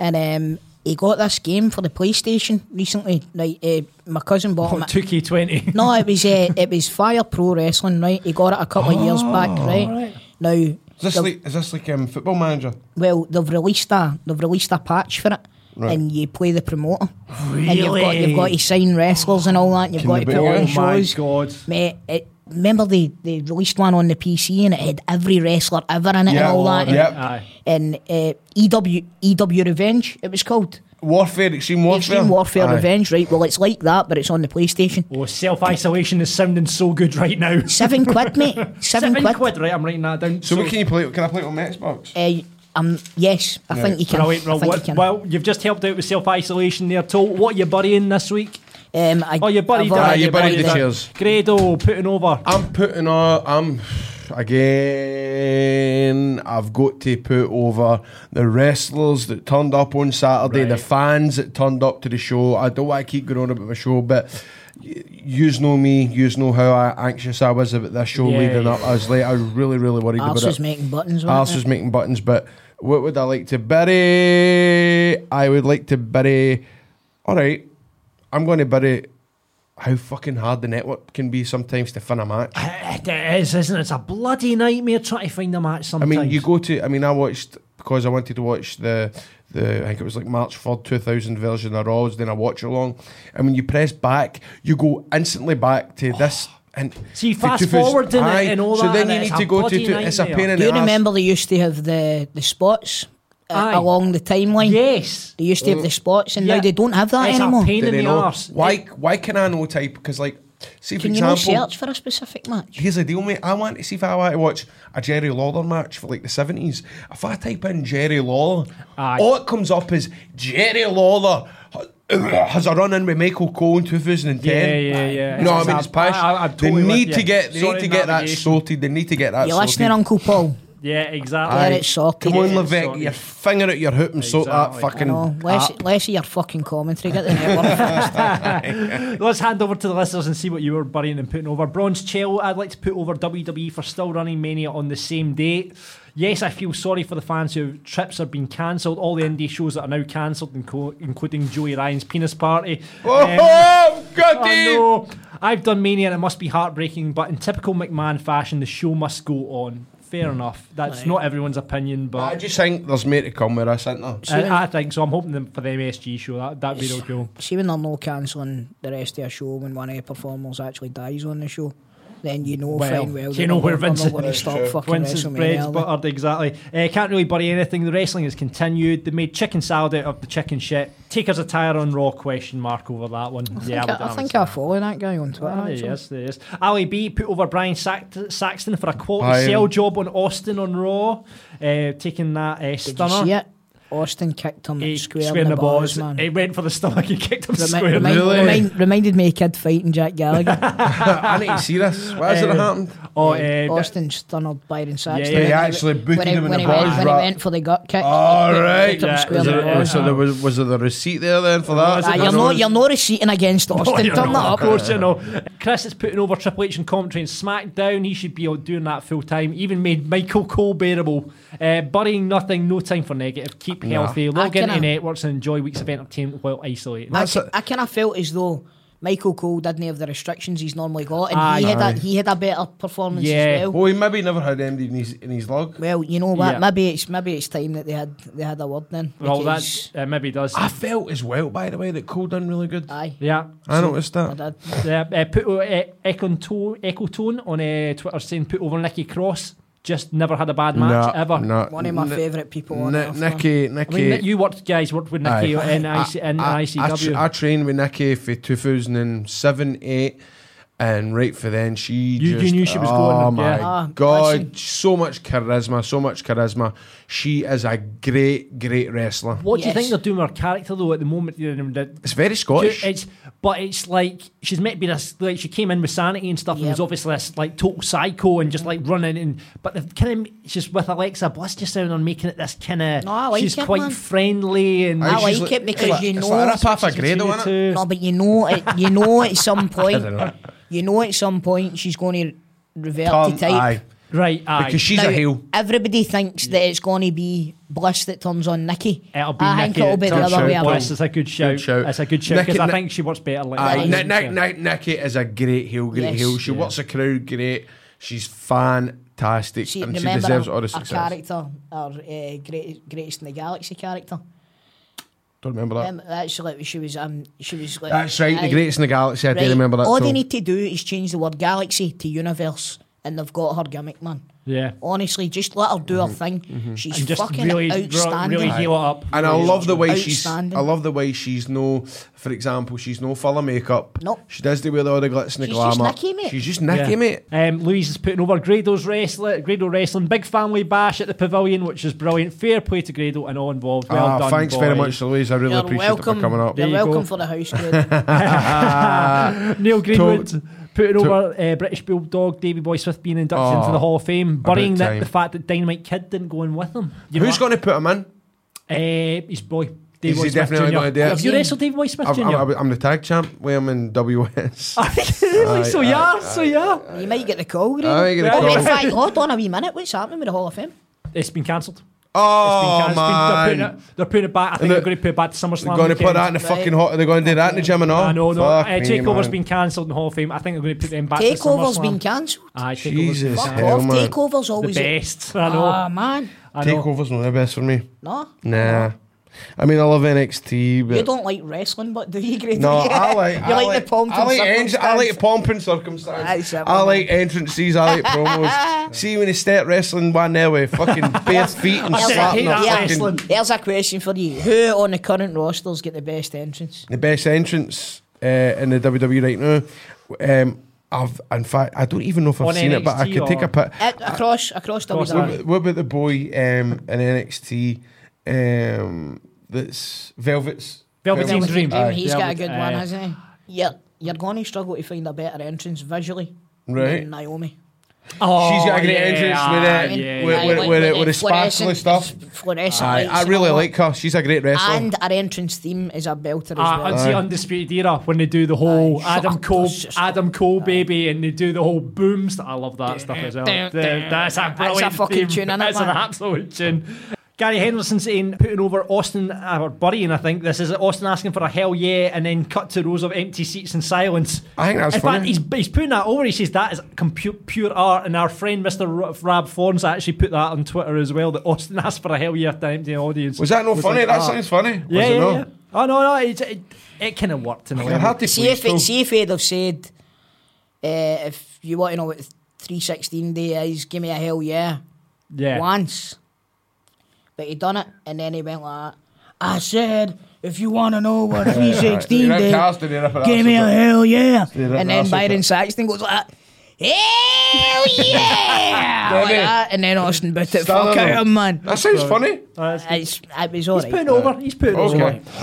F: and um, he got this game for the PlayStation recently. Right, uh, my cousin bought
D: Oh,
F: him. it.
D: 2K20.
F: No, it was uh, it was Fire Pro Wrestling. Right, he got it a couple of years back. Right, now.
E: Oh, Is this
F: they've-
E: like is this like um, football manager?
F: well, they've released a they've released a patch for it,
E: Right.
F: and you play the promoter, and you've got
D: Really?
F: you've got to sign wrestlers and all that. And you've
E: Can
F: got
E: they
F: to put
E: be-
F: on
E: Oh
D: my
F: shows.
D: God.
F: Mate, it, remember they, they released one on the PC and it had every wrestler ever in it and
E: Yeah.
F: all that. And,
E: Yep.
D: Aye.
F: and uh, EW EW Revenge it was called
E: Warfare, extreme warfare.
F: Extreme Warfare
E: Aye.
F: Revenge. Right, well it's like that, but it's on the PlayStation.
D: Oh, self isolation is sounding so good right now.
F: Seven quid, mate. Seven,
D: Seven
F: quid.
D: quid, right? I'm writing that down.
E: So, what can you play? Can I play it on my Xbox?
F: Uh, um, yes, I think you can.
D: Brilliant,
F: I
D: well,
F: think you
D: what,
F: can.
D: well, you've just helped out with self isolation there, Toll. What are you burying this week?
F: um, I,
D: Oh, you buried
F: I've
D: that.
F: already
E: you buried the
F: that.
E: cheers.
D: Grado, putting over.
E: I'm putting on. I'm again. I've got to put over the wrestlers that turned up on Saturday, the fans that turned up to the show. I don't want to keep going on about my show, but y- yous know me. Yous know how I- anxious I was about this show
D: Yeah,
E: leading
D: yeah.
E: up. I was late. I was really, really worried
F: Arse
E: about
F: was
E: it.
F: making buttons. wasn't
E: Arse
F: it?
E: was making buttons, but what would I like to bury? I would like to bury. All right, I'm going to bury. How fucking hard the network can be sometimes to fin a match.
D: It is, isn't it? It's a bloody nightmare trying to find a match
E: I
D: sometimes.
E: mean, you go to. I mean, I watched because I wanted to watch the the. I think it was like March third, two thousand version of Raws. Then I watch along, and when you press back, you go instantly back to this. And
D: So you
E: to
D: Oh. fast
E: 2000
D: forward in it
E: Aye,
D: and all
E: so
D: that,
E: then
D: and
E: you
D: it's
E: need
D: a
E: to go to,
D: bloody
E: to. It's a pain
D: nightmare.
E: in
F: Do
E: the
F: you
E: ass.
F: remember they used to have the the spots uh,
D: Aye.
F: along the timeline?
D: Yes.
E: Uh,
F: They used to have the spots, and now they don't have that
D: it's
F: anymore.
D: a pain
E: Did
D: in
E: they
D: the
E: know?
D: arse.
E: Why? Why can I know type? Because like See, for
F: Can you
E: example,
F: not search for a specific match?
E: Here's the deal, mate. I want to see if I want to watch a Jerry Lawler match for like the 70s. If I type in Jerry Lawler,
C: Aye.
E: all it comes up is Jerry Lawler has a run in with Michael Cole in 2010.
C: Yeah, yeah, yeah.
E: No, I
C: It's
E: mean
C: a-
E: it's pish.
C: I- I- I'm totally
E: they
C: with
E: need to
C: you.
E: get they
C: Sorry,
E: need to get that
C: navigation.
E: sorted. They need to get that
F: You're
E: sorted.
F: listening, Uncle Paul.
C: Yeah, exactly.
F: Let it sorted.
E: Come on,
C: Get it
E: Levesque, get
C: sorted.
E: your finger out your hoop and sort that
C: Exactly.
E: fucking. ah."
F: No, less,
E: app.
F: less of your fucking commentary. Get the network.
D: Let's hand over to the listeners and see what you were burying and putting over. Bronze Cello, I'd like to put over WWE for still running Mania on the same date. Yes, I feel sorry for the fans who trips have been cancelled. All the indie shows that are now cancelled, inco- including Joey Ryan's penis party. Um,
E: Oh, God,
D: I
E: dude.
D: know. I've done Mania and it must be heartbreaking, but in typical McMahon fashion, the show must go on. Fair enough. That's not everyone's opinion,
E: I
D: but
E: just think there's more to come with us, isn't there?
D: I, I think so. I'm hoping them- for the MSG show. That, that'd be real cool.
F: See when they're no cancelling the rest of a show when one of the performers actually dies on the show, then you know
D: Well,
F: fine well.
D: you
F: they're
D: know
F: not-
D: where
F: they're not
D: Vincent-
F: gonna
D: That's
F: stop
E: true.
F: fucking
D: Quince's
F: WrestleMania
D: bread's
F: early.
D: buttered, exactly. Uh, can't really bury anything. The wrestling has continued. They made chicken salad out of the chicken shit. Taker's attire on Raw question mark over that one. yeah,
F: I, I think I follow that guy on Twitter.
D: Ah,
F: actually.
D: yes, there is. Ali B put over Brian Sact- Saxton for a quality
E: Brian.
D: sell job on Austin on Raw, uh, taking that uh,
F: Did
D: stunner.
F: you see it? Austin kicked him
D: He
F: square, in the balls, man.
D: He went for the stomach. He kicked him
F: Remi-
D: square. in the
F: remind-
E: Really?
F: remind- reminded me of kid fighting Jack Gallagher.
E: I need to see this. Why has it
D: Um,
E: happened?
D: Oh, uh,
F: Austin stunnered Byron Saxton.
D: Yeah,
E: They
D: yeah.
E: actually booted
F: when he,
E: him in
F: when
E: the
F: he went,
E: boys'
F: when he
E: rap.
F: went for the gut kick,
E: All
F: he kicked-
E: right.
F: kicked him square
D: Is
F: in the
D: there-
F: balls.
D: is
E: So there was was there the receipt there then for that?
F: Ah, you're, not, you're not receipting against
D: Oh,
F: Austin.
D: you know,
F: Turn that
D: Of
F: up.
D: course, you know. Chris is putting over Triple H and commentary and SmackDown. He should be out doing that full time. Even made Michael Cole bearable. Uh, burying nothing, no time for negative. Keep healthy. Log
F: I
D: into
F: kinda-
D: networks and enjoy weeks of entertainment while isolating.
F: I,
E: That's it.
F: kind of felt as though Michael Cole didn't have the restrictions he's normally got, and
D: Aye.
F: he had a, he had a better performance
D: Yeah.
F: as well.
E: Oh, he maybe never had MD in his in his log.
F: Well, you know what?
D: Yeah.
F: Maybe it's maybe it's time that they had they had a word then.
D: well,
F: because-
D: that uh, maybe does.
E: I felt as well, by the way, that Cole done really good.
F: aye.
D: yeah.
E: I noticed
F: I
E: that.
F: did.
D: Yeah, uh, put uh, Echo Tone Echo Tone on uh, Twitter saying put over Nikki Cross. Just never had a bad match ever.
E: no.
F: One of my
E: Ni-
F: favourite people on
E: Ni-
F: earth, man.
E: Nicky,
D: I mean,
E: Nicky.
D: you worked guys worked with Nikki
E: Aye.
D: in, IC, in
E: I, I, I,
D: ICW.
E: tra- I trained with Nicky for 2007, 8, and right for then she
D: You- you
E: just,
D: knew she was
E: oh
D: going,
E: my
D: yeah.
F: Ah,
E: god,
F: listen.
E: so much charisma, so much charisma. She is a great, great wrestler.
D: what do you
F: Yes.
D: think they're doing with her character though at the moment? You know, that-
E: It's very Scottish.
D: It's but it's like she's meant to be this like she came in with sanity and stuff and
F: Yep.
D: was obviously this like total psycho and just like running and but the kind of she's with Alexa Bliss just now on making it this kind of
F: No, Oh, I like
D: she's
F: it,
D: quite
F: man.
D: friendly and
F: I
E: Aye, she's
F: like it because
E: it's like,
F: you
E: it's
F: know
E: like a rip off a
D: She's between
E: Grado,
D: the
E: innit?
D: two.
F: No, but you know it. You know at some point,
E: don't know.
F: you know at some point she's going to revert
E: Tom,
F: to type.
E: aye,
D: right aye.
E: because she's
F: Now,
E: a heel.
F: Everybody thinks that it's going to be Bliss that turns on Nikki.
D: It'll be
F: I
D: Nikki
F: think it'll be the
D: that
E: turns
F: other way
E: out
D: Well, this
F: around.
D: is a good shout.
E: Good shout.
D: It's a good shout
E: Nicky-
D: because I
E: Ni-
D: think she works better like
E: Aye,
D: that.
E: Nick,
D: Yeah.
E: Nick, Nick, Nicky is a great heel, great
F: Yes.
E: heel. She works the crowd great. She's fantastic,
F: She,
E: and she
F: remember
E: deserves
F: our,
E: all the
F: our
E: success.
F: character, our uh, great, greatest in the galaxy character.
E: Don't remember that.
F: Um, actually, she was um, she was like
E: That's right, the
F: aye.
E: greatest in the galaxy. I do
F: Right,
E: remember that.
F: All
E: too.
F: they need to do is change the word galaxy to universe, and they've got her gimmick, man.
D: Yeah.
F: Honestly, just let her do
E: Mm-hmm.
F: her thing. She's
D: And just
F: fucking
D: really, ro-
F: outstanding.
D: really heal it up.
E: And I
D: Really
E: love the way she's.
F: Outstanding.
E: I love the way she's no. For example, she's no full of makeup.
F: Nope.
E: She does the with all the glitz and the
F: She's just
E: glamour.
F: Nicky, mate.
E: She's just Nicky, mate.
D: Um, Louise is putting over Grado's wrestling, Grado wrestling, big family bash at the pavilion, which is brilliant. Fair play to Grado and all involved. Well
E: ah,
D: done,
E: thanks very much,
D: boys.
E: Louise. I really
F: You're
E: appreciate it
F: welcome.
E: for coming up.
F: You're
D: There you go.
F: welcome for the house. Greg.
D: Neil Greenwood
E: To-
D: putting over uh, British Bulldog Davy Boy Smith being inducted
E: Oh,
D: into the Hall of Fame, burying that,
E: time.
D: the fact that Dynamite Kid didn't go in with him. You
E: Who's going to put him in?
D: going? Uh, his boy.
E: Is he
D: Davey Boy Smith
E: definitely
D: Jr.
E: gonna do it?
D: Have you wrestled Davy Boy Smith
E: I'm,
D: Jr.?
E: I'm, I'm the tag champ. Where I'm in WS. I
D: Really? so
E: Aye,
D: yeah, so yeah.
F: you might get the call, Greg.
E: ain't gonna
F: Oh, in
E: call.
F: fact, hold on a wee minute. What's happening with the Hall of Fame?
D: It's been cancelled.
E: Oh
D: It's been can- it's been- they're,
E: man.
D: putting it, they're putting it back. I
E: the-
D: think they're going to put it back to SummerSlam.
E: They're going to put
D: weekend.
E: that in the
F: Right.
E: fucking hot. They're going to do that in the gym and all.
D: I know, no.
E: Oh, Fuck
D: Uh,
E: me,
D: Takeover's
E: man.
D: been cancelled in the Hall of Fame. I think they're going to put them back. to
F: Takeover's
D: SummerSlam.
F: been cancelled.
D: Aye, Takeover's
E: Jesus,
F: Fuck
E: hell,
F: off.
E: man.
F: Takeover's
D: the
F: always
D: best. I know.
F: Ah man,
D: I know.
E: Takeover's not the best for me.
F: no.
E: Nah. I mean, I love NXT, but
F: You don't like wrestling, but do you, Greg?
E: No, I like.
F: you
E: I
F: like, the pomp
E: I
F: and
E: like, en- I like
F: circumstance.
E: pomp and circumstance.
F: That's it,
E: I
F: man.
E: like entrances. I like promos. See when they start wrestling one now with fucking bare feet and
F: Here's a-
E: slapping their
D: hate
F: yeah,
E: fucking
F: Here's a question for you. Who on the current rosters get the best entrance?
E: the best entrance. uh, in the WWE right now. Um, I've, in fact, I don't even know if I've
D: On
E: seen it, but I
D: NXT
E: could take a
D: or-
E: pic.
F: Ac- across across
D: Across
E: What
F: WWE.
E: about, what about the boy um, in NXT um, that's Velvet's
D: Velveteen
E: Velvet's-
D: Dream.
E: Aye.
F: He's got a good one,
D: Aye.
F: hasn't he? You're, you're going to struggle to find a better entrance visually
E: Right.
F: than Naomi.
D: Oh,
E: She's got a great
D: yeah,
E: entrance with
D: aye,
E: it.
D: yeah,
E: with-
D: aye.
E: with- with- with the sparkly
F: fluorescent-
E: stuff.
F: Fluorescent
E: Aye,
F: lights
E: I
F: and
E: really
F: all
E: like her. She's a great
F: that.
E: wrestler.
F: And our entrance theme is a belter as
D: Ah,
F: well.
D: and see Undisputed Era when they do the whole
F: Aye, shut
D: Adam
F: up,
D: Cole,
F: that's just-
D: Adam Cole baby, and they do the whole boom stuff. I love that stuff as well. Dude, That's a brilliant
F: fucking
D: theme.
F: tune, innit,
D: That's an
F: man?
D: absolute tune. Gary Henderson saying putting over Austin uh, or burying. I think this is it, Austin asking for a hell yeah, and then cut to rows of empty seats and silence.
E: I think that's
D: In fact,
E: funny.
D: he's, he's putting that over. He says that is compu- pure art, and our friend Mister Rab Forns actually put that on Twitter as well. That Austin asked for a hell yeah to an empty audience.
E: Was that no
D: It
E: funny?
D: like
E: that
D: art.
E: sounds funny. Was
D: Yeah,
E: it
D: yeah,
E: not?
D: yeah. Oh no, no, it it, it kind of worked in a
E: They're
D: way.
E: hard to
F: See
E: please,
F: if
E: though.
F: it, see if they'd have said, uh, if you want to know what 316 day is, give me a hell yeah,
D: Yeah.
F: once. But he done it, and then he went like, that. I said, if you want to know what 316
E: You're up
F: day,
E: to us, then you're up at
F: give
E: us,
F: me a
E: but-
F: hell yeah.
E: you're up
F: And
E: at us,
F: then
E: but-
F: Byron Saxton goes like, that, hell yeah, like
E: Damn it.
F: that, and then Austin bit it,
E: Stand
F: fuck
E: on.
F: out of him, man.
E: That sounds funny.
F: It's, it was
D: He's
F: alright.
D: putting over. He's putting
E: Okay.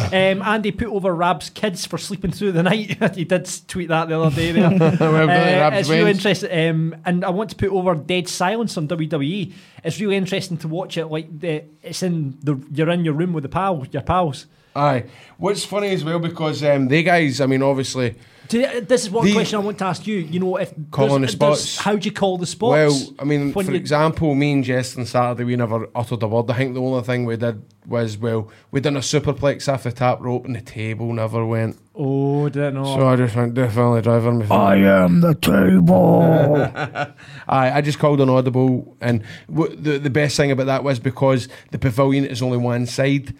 D: over. Um, Andy put over Rab's kids for sleeping through the night. he did s- tweet that the other day. There.
E: done,
D: uh,
E: Rab's
D: it's real
E: wins.
D: interesting. Um, and I want to put over Dead Silence on WWE. It's really interesting to watch it. Like the, it's in the you're in your room with the pal, your pals.
E: Aye. What's funny as well because um, they guys, I mean, obviously,
D: Do you- This is one
E: The-
D: question I want to ask you. You know, if
E: Calling
D: there's-
E: the
D: there's-
E: spots.
D: how do you call the spots?
E: well, I mean,
D: When
E: for
D: you-
E: example, me and Jess on Saturday, we never uttered a word. I think the only thing we did was, well, we done a superplex off the tap rope and the table never went.
D: Oh, I don't know.
E: So I just went, definitely driver me.
F: I am the table.
E: Aye, I just called an audible, and w- the the best thing about that was because the pavilion is only one side,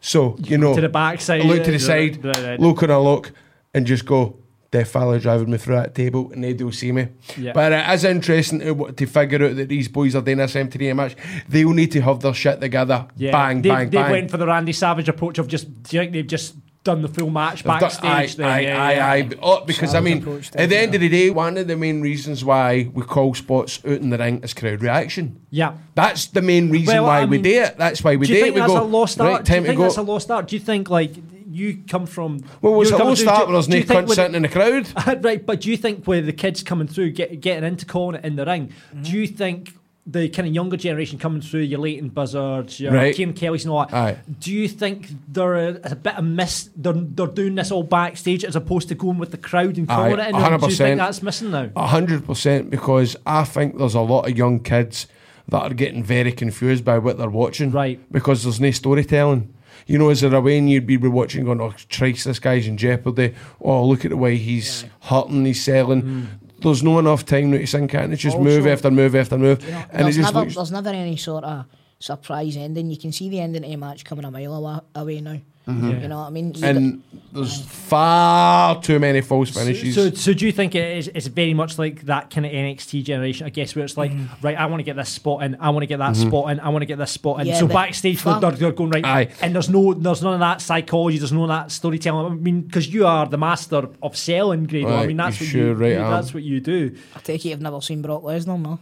E: so you know
D: to the back side.
E: I look to the side,
D: Right, right.
E: look and I look, and just go. Death fella driving me through that table, and they do see me.
D: Yeah.
E: But it is interesting to, wa- to figure out that these boys are doing this MTD match. They'll need to have their shit together.
D: Yeah,
E: Bang,
D: they,
E: bang,
D: they
E: bang.
D: went for the Randy Savage approach of just. Do you think they've just done the full match
E: They've done-
D: backstage? then?
E: aye,
D: Yeah,
E: aye,
D: yeah.
E: aye, aye. Oh, because I
F: Savage
E: mean,
F: approach
E: at the
F: them,
E: end of the day, one of the main reasons why we call spots out in the ring is crowd reaction.
D: Yeah.
E: That's the main reason
D: Well,
E: why
D: I
E: we
D: mean,
E: do it. That's why we
D: Do
E: do,
D: you
E: it.
D: think
E: we
D: that's
E: go,
D: a lost art?
E: right,
D: Do you
E: time to
D: think
E: go.
D: that's a lost art? Do you think like you come from?
E: well, was
D: you
E: it a
D: come
E: lost
D: through-
E: art
D: do-
E: when there's
D: do
E: no
D: you think
E: cunt
D: with-
E: sitting in the crowd?
D: Uh, right, but do you think with the kids coming through, get, getting into calling it in the ring, do you think the kind of younger generation coming through, your Leighton Buzzards, your
E: Right.
D: Kieran Kelly's and all that,
E: Aye.
D: do you think they're a, a bit of miss, they're, they're doing this all backstage as opposed to going with the crowd and calling
E: Aye,
D: it in? Or Do you
E: 100%.
D: think that's missing now?
E: A hundred percent, because I think there's a lot of young kids that are getting very confused by what they're watching.
D: Right.
E: Because there's no storytelling. You know, is there a way and you'd be watching going, oh, Christ, this guy's in jeopardy. Oh, look at the way he's hurting, he's selling.
D: Mm.
E: There's no enough time now to sink in. It's just move
F: Also-
E: after move after move. and it
F: there's
E: just
F: never,
E: looks,
F: there's never any sort of surprise ending. You can see the ending of the match coming a mile awa- away now. You know what I mean? You
E: Mm-hmm. and there's far too many false finishes.
D: So, so do you think it is, it's very much like that kind of NXT generation, I guess, where it's like,
F: Mm.
D: right, I want to get this spot in, I want to get that spot in, I want to get this spot in.
F: Yeah,
D: so
F: but
D: backstage, they're,
F: fuck-
D: they're- they're going right,
E: Mm-hmm. Aye.
D: and there's no, there's none of that psychology, there's none of that storytelling. I mean, because you are the master of selling, Grado. I
E: Right,
D: mean, that's
E: you
D: what
E: sure
D: you,
E: right
D: you-
E: am.
D: that's what you do.
F: I take it you've never seen Brock Lesnar, no?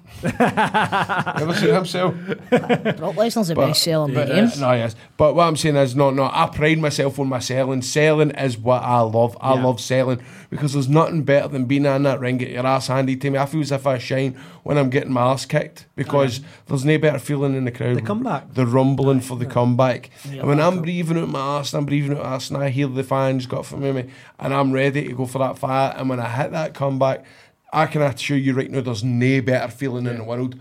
E: Ever seen him sell?
F: Brock Lesnar's the
E: But-
F: best seller in the
E: but, uh,
F: game.
E: no, yes. But what I'm saying is, no, no. I pride myself on my selling. Selling is what I love. I
D: Yeah.
E: love selling because there's nothing better than being in that ring, get your ass handed to me. I feel as if I shine when I'm getting my ass kicked because there's no better feeling in the crowd.
D: The comeback.
E: The rumbling for the comeback. and when I'm breathing out my ass, and I'm breathing out my ass, and I hear the fans got for me, and I'm ready to go for that fire. And when I hit that comeback, I can assure you right now, there's no better feeling in the world.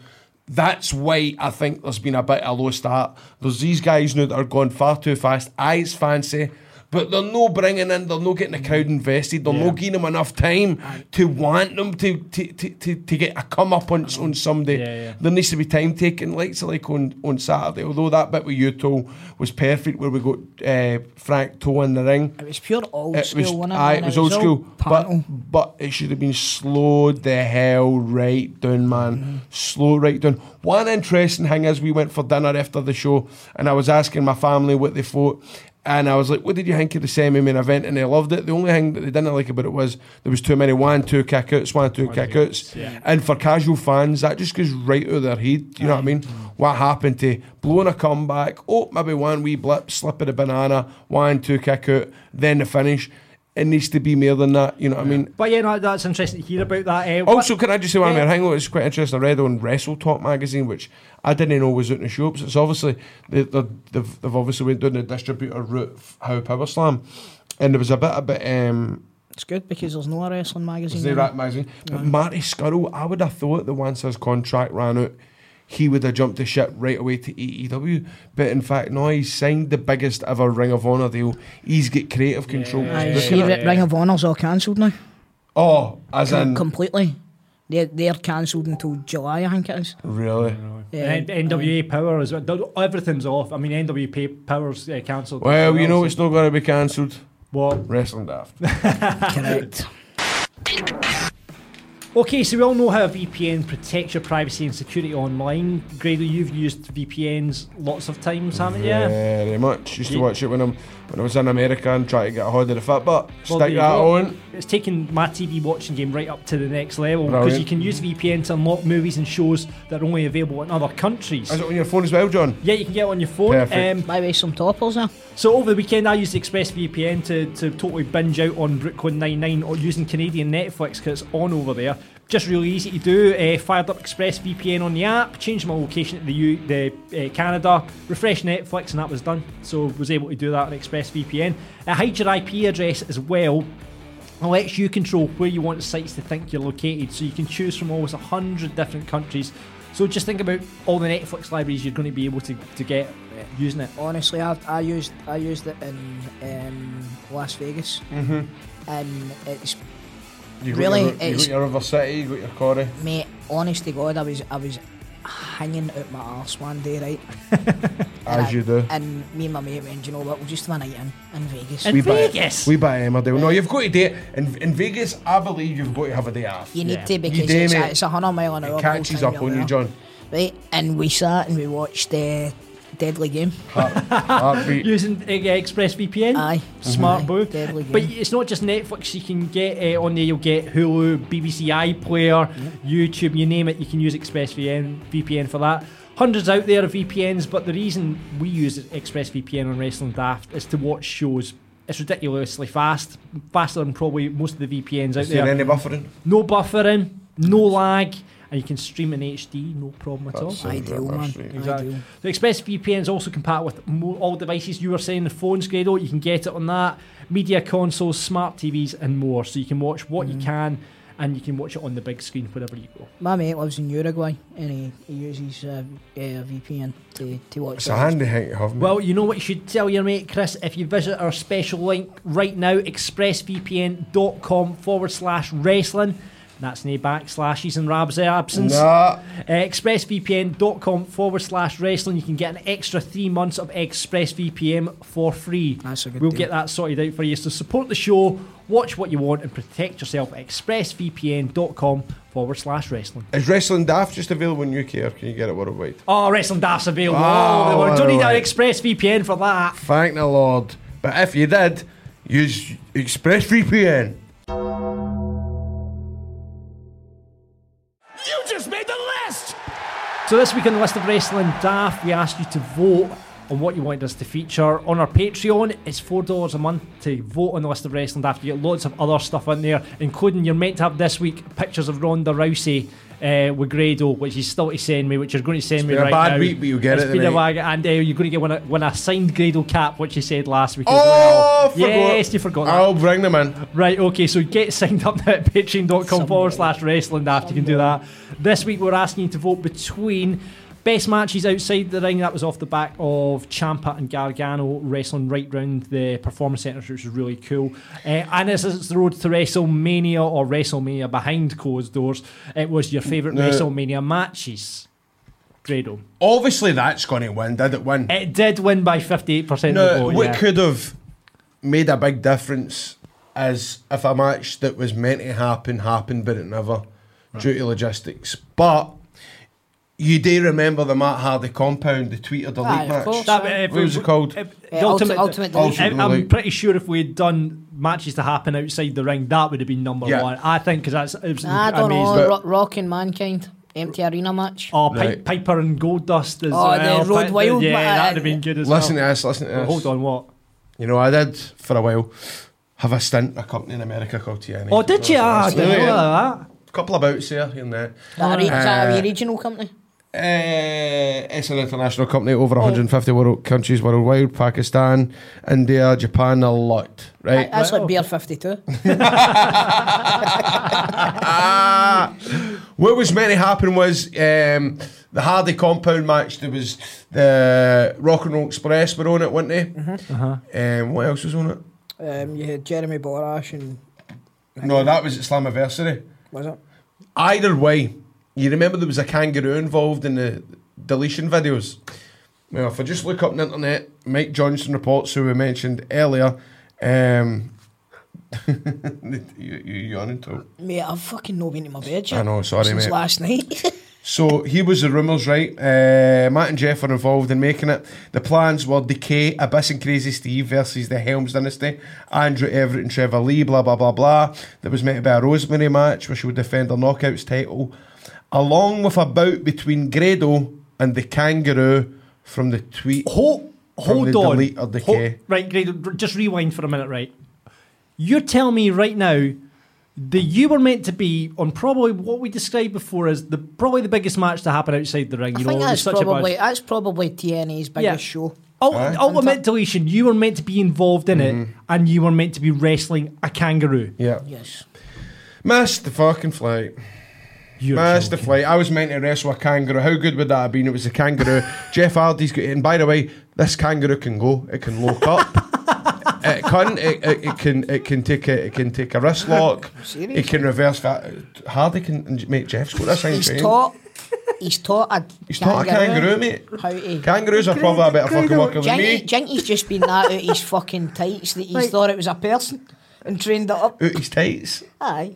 E: That's why I think there's been a bit of a low start. There's these guys now that are going far too fast. Eyes fancy. But they're no bringing in, they're no getting the crowd invested, they're no giving them enough time to want them to to, to, to, to get a come up on, on somebody.
D: Yeah, yeah.
E: There needs to be time taken, like so like on, on Saturday. Although that bit with Uto was perfect, where we got uh, Frank Toe in the ring.
F: It was pure old
E: It
F: school,
E: was,
F: wasn't it?
E: aye, it
F: man?
E: was old
F: all
E: school, but
F: panel.
E: but it should have been slowed the hell right down, man. Slow right down. One interesting thing is we went for dinner after the show, and I was asking my family what they thought, And I was like, what did you think of the semi-main event? And they loved it. The only thing that they didn't like about it was there was too many one-two kick-outs, one-two kick-outs. And for casual fans, that just goes right out of their head. You know what I mean? What happened to blowing a comeback? Oh, maybe one wee blip, slip of the banana, one-two kick-out, then the finish. It needs to be more than that. You know what I mean?
D: But yeah, no, that's interesting to hear about that. Eh, what-
E: Also, can I just say one
D: Yeah.
E: more thing? It's quite interesting. I read on Wrestle Talk magazine, which I didn't know was out in the shops. It's obviously they, they're- they've, they've obviously went down the distributor route. f- How Power Slam, and there was a bit about um,
F: It's good because there's no a wrestling magazine.
E: was the
F: in
E: rap magazine, but Marty Scurll. I would have thought that once his contract ran out, he would have jumped the ship right away to AEW. But in fact, no, he's signed the biggest ever Ring of Honor deal. He's got creative control.
F: it. I see that Ring
E: uh,
F: of Honor's all cancelled now.
E: Oh, as in
F: completely. They're, they're cancelled until July, I think it is.
E: really.
F: Yeah.
D: N- NWA Power is everything's off. I mean, NWA Power's uh, cancelled.
E: Well, you know it's not going to be cancelled.
D: what?
E: Wrestling daft.
F: Um, Correct.
D: Okay, so we all know how VPN protects your privacy and security online. Grado, you've used VPNs lots of times, haven't you?
E: Very much. Used to
D: Yeah.
E: watch it when I'm when I was in America and try to get a hold of the fat butt.
D: Well, there
E: Stick
D: you
E: that
D: go.
E: on.
D: It's taken my TV watching game right up to the next level because
E: Brilliant.
D: you can use VPN to unlock movies and shows that are only available in other countries.
E: Is it on your phone as well, John?
D: Yeah, you can get it on your phone. Um,
E: Perfect.
F: By the way, some toppers there.
D: So over the weekend, I used ExpressVPN to, to totally binge out on Brooklyn Nine-Nine or using Canadian Netflix because it's on over there. Just really easy to do. Uh, fired up ExpressVPN on the app, changed my location to the, U, the uh, Canada, refreshed Netflix, and that was done. So was able to do that on ExpressVPN. It hides your IP address as well. It lets you control where you want sites to think you're located, so you can choose from almost 100 different countries. So just think about all the Netflix libraries you're going to be able to, to get uh, using it.
F: Honestly, I, I used I used it in um, Las Vegas, mm-hmm. and it's
E: You
F: Really,
E: Got your, you
F: it's-
E: got your River City, you got your Corey.
F: mate. Honest to God, I was I was hanging out my arse one day, right?
E: As
F: I-
E: you do.
F: And me and my mate went, "Do you know what? We'll just have a night in in Vegas.
D: In Vegas.
E: Buy, we buy Emmerdale. No, you've got to do it. In, in Vegas, I believe you've got to have a day off.
F: you need to because
E: You do,
F: it's,
E: mate.
F: a, it's a hundred mile an hour.
E: It
F: the
E: catches
F: whole
E: up
F: time
E: on
F: you're
E: you,
F: there.
E: John.
F: Right, and we sat and we watched uh, Deadly Game.
E: Heartbeat.
D: using uh, Express VPN.
F: Aye.
D: Smart
F: Aye,
D: boo.
F: deadly
D: But
F: game.
D: it's not just Netflix. You can get uh, on there. You'll get Hulu, BBC iPlayer, YouTube. You name it. You can use Express VPN, VPN for that. Hundreds out there of VPNs, but the reason we use Express VPN on Wrestling Daft is to watch shows. It's ridiculously fast, faster than probably most of the VPNs out
E: Is there
D: there.
E: any buffering?
D: No buffering, no lag, and you can stream in HD, no problem at all.
E: That's it.
F: Ideal, man.
D: Exactly.
F: Ideal.
D: The ExpressVPN is also compatible with mo- all devices. You were saying the phones, Grado, you can get it on that. Media consoles, smart TVs, and more. So you can watch what you can, and you can watch it on the big screen wherever you go.
F: My mate lives in Uruguay and he, he uses uh, uh, VPN to, to watch
E: It's a
F: it.
E: handy thing to have. mate.
D: Well, you know what you should tell your mate Chris if you visit our special link right now, expressvpn.com forward slash wrestling. That's no backslashes and Rab's eh, absence.
E: nah.
D: Uh, expressvpn.com forward slash wrestling. You can get an extra three months of ExpressVPN for free.
F: That's a good
D: We'll
F: deal.
D: get that sorted out for you. So support the show, watch what you want, and protect yourself at expressvpn.com forward slash wrestling.
E: Is Wrestling Daft just available in UK or can you get it worldwide?
D: Oh, Wrestling Daft's available.
E: Oh,
D: all over the world. Don't need
E: alright.
D: an ExpressVPN for that.
E: Thank the Lord. But if you did, use ExpressVPN.
H: You just made the list!
D: So this week on the list of Wrestling Daft, we asked you to vote on what you wanted us to feature on our Patreon. It's four dollars a month to vote on the list of Wrestling Daft. You get lots of other stuff in there, including you're meant to have this week pictures of Ronda Rousey. Uh, with Grado, which he's still to send me, which you're going to send me
E: been a
D: right
E: bad
D: now.
E: week, but you'll get
D: It's
E: it
D: been a
E: tonight.
D: wag, and uh, you're going to get one of, one of a signed Grado cap, which you said last week. as
E: Oh,
D: well.
E: forgot.
D: yes, you forgot that.
E: I'll bring them in.
D: Right, okay, so get signed up now at patreon.com forward slash wrestling daft. You can do that. This week we're asking you to vote between best matches outside the ring. That was off the back of Champa and Gargano wrestling right round the performance centre, which was really cool. Uh, and this is the road to WrestleMania or WrestleMania behind closed doors. It was your favourite
E: No.
D: WrestleMania matches. Grado.
E: Obviously, that's going to win. Did it win?
D: It did win by 58% of the
E: No,
D: vote.
E: what
D: yeah.
E: could have made a big difference is if a match that was meant to happen happened, but it never due to logistics. But You do remember the Matt Hardy compound, the tweet of the
F: Aye,
E: league
F: of
E: match?
F: course.
C: That, if
E: What was it called?
C: if-
F: Uh,
C: the ultimate,
F: Ultimate- Ultimate
C: I,
E: Deletion.
C: am
E: Ultimate.
C: pretty sure if we'd done matches to happen outside the ring, that would have been number
E: Yeah.
C: one. I think because that's it was
D: Nah,
F: I don't
C: amazing.
E: But-
F: know. Ro- Rock and Mankind, empty arena match.
C: Oh, Pi-
E: Right.
C: Piper and Gold Dust as
F: Oh, the
C: well.
F: Road
C: Pi-
F: Wild
C: yeah,
F: match.
C: that'd have been good as
E: Listen uh,
C: well.
E: to this, listen to
C: But
E: this.
C: Hold on, what?
E: You know, I did for a while have a stint in a company in America called TNA.
C: Oh, did you? Ah,
E: Yeah,
C: I didn't know
E: yeah.
C: that.
E: couple of outs here, here and there.
F: That re- is that a
E: Uh,
F: wee regional company?
E: Uh, it's an international company,
C: Oh.
E: over 150 world countries worldwide, Pakistan, India, Japan, a lot,
F: Aye,
E: right?
F: That's like Beer 52.
E: Ah, what was meant to happen was um, the Hardy compound match. There was the Rock and Roll Express were on it, weren't they?
C: Mm-hmm. Uh-huh.
E: Um, what else was on it?
F: Um, you had Jeremy Borash and
E: No, that was at Slammiversary.
F: was it?
E: Either way, you remember there was a kangaroo involved in the deletion videos. Well, if I just look up on the internet, Mike Johnson reports who we mentioned earlier. Um, you, you yawning, too.
F: Mate, I've fucking not been to my bed yet.
E: I know, sorry,
F: Since
E: mate.
F: last night.
E: So he was the rumours, right? Uh, Matt and Jeff were involved in making it. The plans were Decay, Abyss and Crazy Steve versus the Helms Dynasty, Andrew Everett and Trevor Lee, blah, blah, blah, blah. There was meant to be a Rosemary match where she would defend her Knockouts title, along with a bout between Grado and the Kangaroo from the tweet.
D: Oh.
C: Ho-
E: From
C: hold
E: the
C: on.
E: delete or decay.
C: Ho- right, great. R- Just rewind for a minute, right? You're telling me right now that you were meant to be on probably what we described before as the probably the biggest match to happen outside the ring.
F: I
C: you
F: think
C: know, it was such
F: that's
C: a buzz.
F: probably, that's probably TNA's biggest
C: Yeah.
F: show.
C: Ul-
E: Aye.
C: Ultimate deletion. You were meant to be involved in it, and you were meant to be wrestling a kangaroo.
E: Mm-hmm. Yeah.
F: Yes.
E: Missed the fucking flight.
C: You're
E: Missed the
C: joking.
E: flight. I was meant to wrestle a kangaroo. How good would that have been? It was a kangaroo. Jeff Hardy's got And by the way, this kangaroo can go. It can lock up. it can. It, it, it can. It can take a. It can take a wrist lock.
F: Seriously?
E: It can reverse. That. Hardy can make Jeff's got this thing.
F: He's
E: trained.
F: taught, he's taught a
E: He's not a kangaroo, mate.
F: How to-
E: Kangaroos are probably a better fucking worker than
F: Jinky,
E: me.
F: Jinky's just been that out of his fucking tights that he
D: Like-
F: thought it was a person and trained it up.
E: Out his tights.
F: Aye.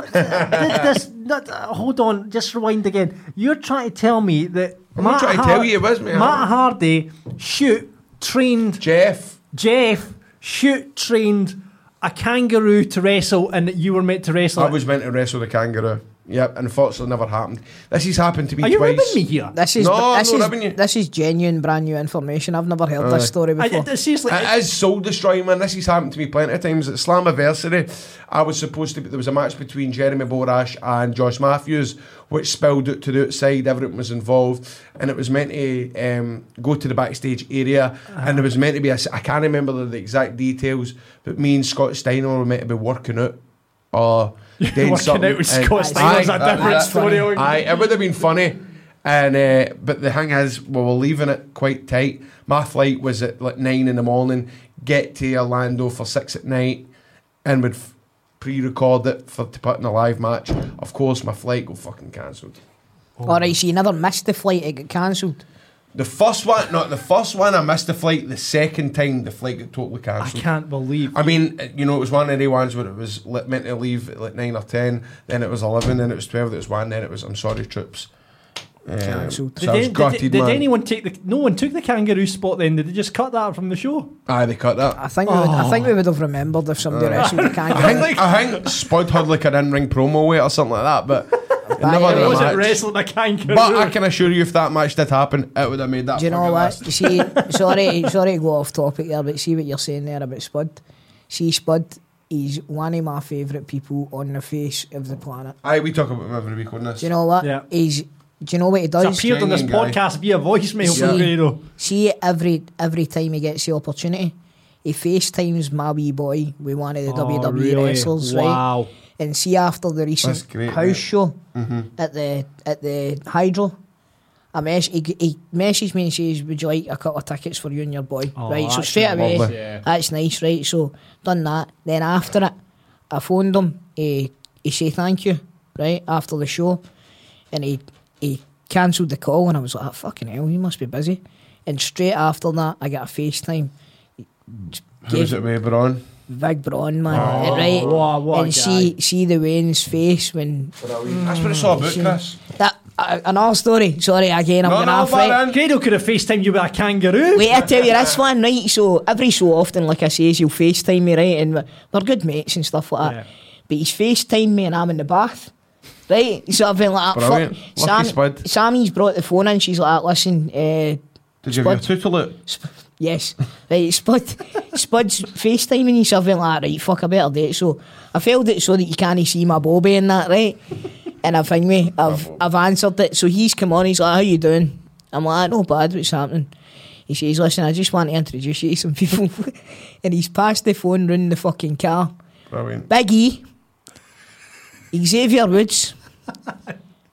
D: th- uh, th- this, not, uh, hold on, just rewind again. You're trying to tell me that
E: I'm not trying to tell you, it was me,
D: Matt
E: Alan.
D: Hardy shoot trained
E: Jeff.
D: Jeff shoot trained a kangaroo to wrestle, and that you were meant to wrestle.
E: I
D: it.
E: was meant to wrestle the kangaroo. Yep. Unfortunately, never happened. This has happened to me
D: Are you
E: twice.
D: ribbing me here?
F: This is,
E: No,
F: this,
E: no,
F: is,
E: haven't you?
F: this is genuine, brand new information. I've never heard this
E: Aye.
F: story
D: I,
F: before.
D: I- seriously,
E: It is soul destroying, man. This has happened to me plenty of times. At Slammiversary, I was supposed to be, there was a match between Jeremy Borash and Josh Matthews, which spilled out to the outside. Everyone was involved, and it was meant to um, go to the backstage area, and there was meant to be a, s- I can't remember the, the exact details, but me and Scott Steiner were meant to be working out. uh, Or doing
C: Working
E: something,
C: out with
E: and-
C: Scott Steiner's
E: Aye,
C: a
E: that-
C: different
E: that-
C: story
E: Aye, it would have been funny. And uh, but the thing is, we were leaving it quite tight. My flight was at like nine in the morning. Get to Orlando for six at night, and would f- pre-record it for to put in a live match. Of course, my flight got fucking cancelled.
F: Alright, so you never missed the flight, it got cancelled.
E: The first one, not the first one, I missed the flight. The second time, the flight got totally
C: I
E: cancelled.
C: can't believe.
E: I mean, uh, you know, it was one of the ones where it was li- meant to leave at like nine or ten, then it was eleven, then it was twelve, then it was one, then it was I'm sorry, troops. Um,
F: Cancelled.
E: So I was
C: did, did-
E: gutted,
C: did
E: man.
C: anyone take the? No one took the kangaroo spot. Then did they just cut that from the show?
E: Aye, they cut that.
F: I think, we would, I think we would have remembered if somebody wrestled a
E: I
F: kangaroo.
E: think, I think Spud had like an in-ring promo weight or something like that, but it never
F: Aye, it
E: had a
C: Was
F: wasn't
C: it
E: match.
C: wrestling a kangaroo?
E: But I can assure you, if that match did happen, it would have made that.
F: Do you know
E: fucking
F: what?
E: list.
F: You see, sorry, sorry to go off topic there, but see what you're saying there about Spud. See, Spud, he's one of my favourite people on the face of the planet.
E: Aye, we talk about him every week on this.
F: Do you know what?
C: Yeah.
F: He's. Do you know what he
C: It's
F: does?
C: appeared on this
E: Genuine guy.
C: podcast via voicemail
F: Yeah.
C: from Guerrero.
F: See, every every time he gets the opportunity, he FaceTimes my wee boy with one of the WWE wrestlers, right?
C: Oh, Wow.
F: And see, after the
E: That's
F: recent
E: great,
F: house
E: mate. Mm-hmm.
F: show at the at the Hydro, I mess he, he messaged me and says, "Would you like a couple of tickets for you and your boy?"
C: Oh,
F: right, so
C: that's
F: straight away,
E: lovely.
B: Yeah.
F: that's nice, right? So done that. Then after it, I phoned him. He he said thank you, right after the show, and he he cancelled the call, and I was like, "Ah, "Fucking hell, you must be busy." And straight after that, I got a FaceTime.
E: Who was it, with, Braun?
F: Big Braun, man. right?
C: wow, Ah, what a
F: and see, see the Wayne's face when
E: That's what it's all about, Chris.
F: that. uh, another story. Sorry, again, I'm
E: No,
F: going
E: no,
F: off, right?
E: Baron.
C: Grado could have FaceTimed you with a kangaroo.
F: Wait, I tell you this one, right? So every so often, like I says, he'll FaceTime me, right? And they're good mates and stuff like that.
C: Yeah.
F: But he's FaceTime me and I'm in the bath. Right? So I've been like,
E: Brilliant.
F: fuck.
E: Lucky spud.
F: Sammy's brought the phone in. She's like, listen, uh,
E: Did you
F: Spud.
E: have your tooth to look?
F: Yes. Right, Spud, Spud's FaceTiming you, so I went like, right, fuck, I better do it. So I failed it so that you can't see my Bobby and that, right? And I think me, I've, I've answered it. So he's come on, he's like, how you doing? I'm like, no bad, what's happening? He says, listen, I just want to introduce you to some people. and he's passed the phone round the fucking car.
E: Brilliant.
F: Big E, Xavier Woods,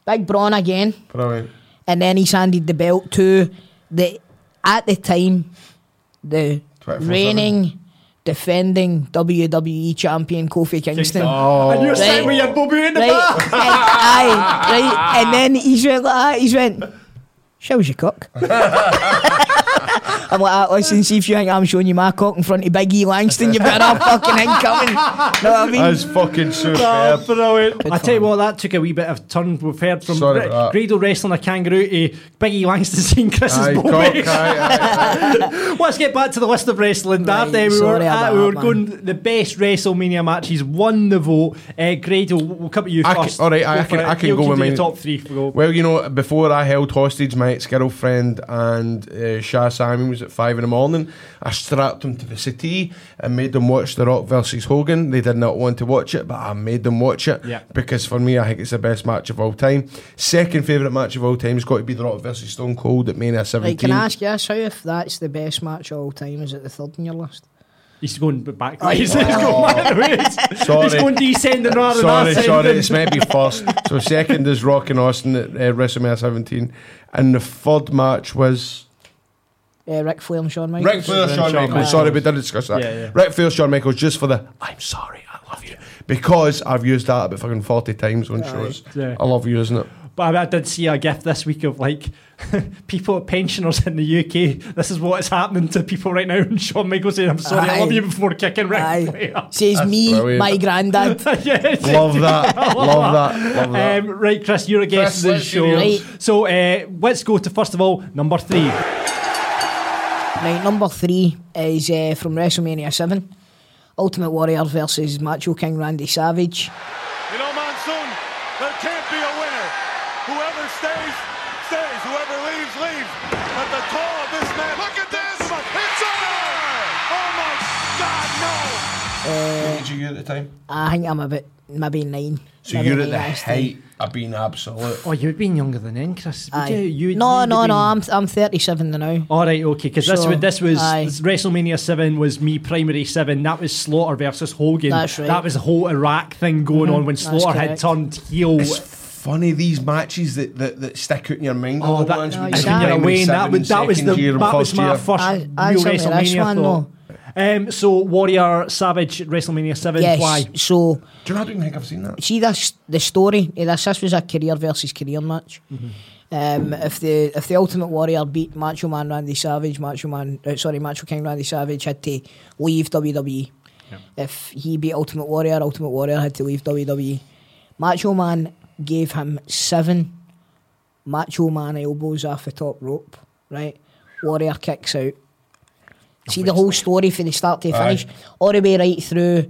F: Big Braun again.
E: Brilliant.
F: And then he's handed the belt to the at the time the
E: 24/7.
F: reigning defending WWE champion Kofi Kingston.
C: And you're
F: Right.
C: sitting with your bobby in the
F: Right,
C: bath.
F: right, aye, right, and then he's went like that, he's went, Shows your cock. I'm like, "Ah, listen, see if you think I'm showing you my cock in front of Big E Langston, you better fucking incoming. Know what I mean?
E: That's fucking superb.
C: Brilliant. I tell you what, that took a wee bit of turn. We've heard from
E: Sorry
C: Gr-
E: about that.
C: Grado wrestling a kangaroo to Biggie Langston seeing Chris's
E: Aye,
C: bobby.
E: cock, aye, aye.
C: Let's get back to the list of wrestling.
F: Right,
C: Right, there we were,
F: sorry
C: at,
F: about
C: we were
F: that, man.
C: going the best WrestleMania matches. Won the vote. Uh, Grado, we'll come to you
E: I can-
C: first.
E: all right, I- I
C: for
E: can-
C: it.
E: I can
C: You
E: go with
C: do your
E: mine.
C: top three. Go.
E: Well, you know, before I held hostage my ex girlfriend and uh, Shah Simon was at five in the morning, I strapped them to the settee and made them watch The Rock versus Hogan. They did not want to watch it, but I made them watch it
C: Yeah.
E: because for me, I think it's the best match of all time. Second favourite match of all time has got to be The Rock versus Stone Cold at Mania 17.
F: Right, can I ask you this? How if that's the best match of all time? Is it the third on your list?
C: He's going back. He's, he's
F: Oh.
C: going back the ways.
E: Sorry.
C: He's going descending rather
E: Sorry,
C: than
E: sorry,
C: ascending.
E: it's maybe first. So second is Rock and Austin at uh, WrestleMania 17, and the third match was
F: Uh, Ric Flair and Shawn Michaels.
E: Rick Flair,
C: Shawn
E: Shawn Michaels.
C: Michaels.
E: Sorry, we didn't discuss that.
C: Yeah, yeah.
E: Rick Flair, Shawn Michaels, just for the I'm sorry, I love you. Because I've used that about fucking 40 times on shows.
C: Yeah.
E: I love using it.
C: But I, I did see a gif this week of like people, pensioners in the UK. This is what's happening to people right now. And Shawn Michaels saying, "I'm sorry, I love
F: Aye.
C: you before kicking Ric
F: Aye.
C: Flair."
F: Says me,
E: brilliant.
F: my granddad.
C: yes.
E: Love that. love that. Love that.
C: Um, right, Chris, you're a
E: Chris,
C: guest of the
E: let's do
C: show.
F: yours.
C: So uh, let's go to first of all number three.
F: Right, number three is uh, from WrestleMania 7 Ultimate Warrior versus Macho King Randy Savage.
I: You know, Monsoon, there can't be a winner. Whoever stays, stays. Whoever leaves, leaves. But the call of this man. Look at this! It's over! Oh my God, no!
C: Um,
E: What did you get at the time?
F: I think I'm about maybe nine.
E: So
F: maybe
E: you're at
F: nine
E: the
F: last
E: height of being absolute.
C: Oh, you've been younger than then, Chris.
F: time. Aye. no, no, no, I'm, I'm 37 now.
C: All right, okay, because this
F: Sure.
C: was this was
F: Aye.
C: this WrestleMania seven was me primary seven. That was Slaughter versus Hogan.
F: That's right. Mm-hmm.
C: That was the whole Iraq thing going on when Slaughter had
F: correct.
C: turned heel.
E: It's funny these matches that, that, that stick out in your mind.
C: Oh,
E: all
C: that,
E: ones
F: no,
E: when
F: it's
E: you were
F: not.
C: you're
E: primary
C: away, and that,
E: seven,
C: was- that was the
E: second year and
C: that was
E: first
C: my
E: year.
C: first
F: I- I
C: real
F: saw it, that's
C: WrestleMania
F: one,
C: thought.
F: no.
C: Um, so Warrior Savage WrestleMania Seven.
F: Yes.
C: Why?
F: So,
E: Do you know, I don't think I've seen that.
F: see this, the story of this. This was a career versus career match. Um, if the if the Ultimate Warrior beat Macho Man Randy Savage, Macho Man, uh, sorry, Macho King Randy Savage had to leave WWE. If he beat Ultimate Warrior, Ultimate Warrior had to leave WWE. Macho Man gave him seven Macho Man elbows off the top rope. Right, Warrior kicks out. See the whole story from the start to the finish, all the way right through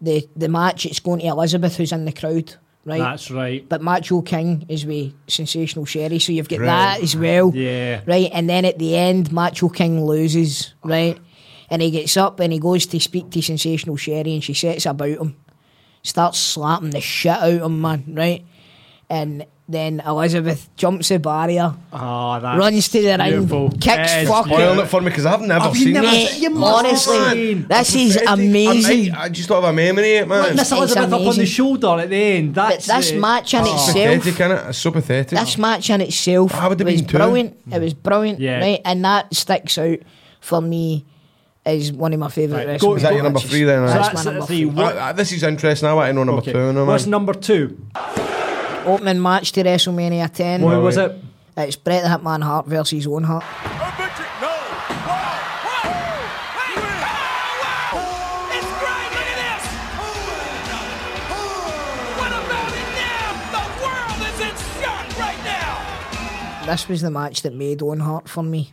F: the the match. It's going to Elizabeth, who's in the crowd. Right,
C: That's right.
F: but Macho King is with Sensational Sherry, so you've got that as well.
C: Yeah.
F: Right, and then at the end, Macho King loses, right? And he gets up and he goes to speak to Sensational Sherry, and she sets about him, starts slapping the shit out of him, man, right? And then Elizabeth jumps the barrier,
C: Ah, that's
F: runs to the
C: beautiful.
F: ring, kicks
C: Yes,
F: fucking
E: Spoil it for me because I've never
C: Have you
E: seen
C: never
E: that.
C: seen- You
F: Mate,
C: must have
F: honestly,
C: seen.
F: this is
E: Pathetic.
F: amazing.
E: I, I just don't have a memory of it, man.
C: Miss
F: It's
C: Elizabeth up on the
F: amazing.
C: shoulder at the end.
F: But
C: That's
F: this
C: it.
F: match in
E: It's
F: itself,
E: pathetic, innit? It's so pathetic.
F: This match in itself
E: I Oh. would have
F: was
E: been too.
F: brilliant. It was brilliant,
C: Yeah.
F: right? And that sticks out for me as one of my favourite
C: Right,
F: right.
C: go-
E: Is that your number three then,
F: That's,
E: right?
C: So
F: my
C: that's
F: number
C: the
F: three.
E: Uh, uh, this is interesting. I want to know number
C: Okay.
E: two. No,
C: What's
E: man.
C: number two?
F: Opening match to WrestleMania 10.
E: Oh,
C: What was it?
F: It's Bret the Hitman Hart versus Owen Hart.
I: A victory! No! Wow! Wow! Wait! Oh, wow! It's great! Look at this! What about it now? The world is in shock right now!
F: this was the match that made Owen Hart for me.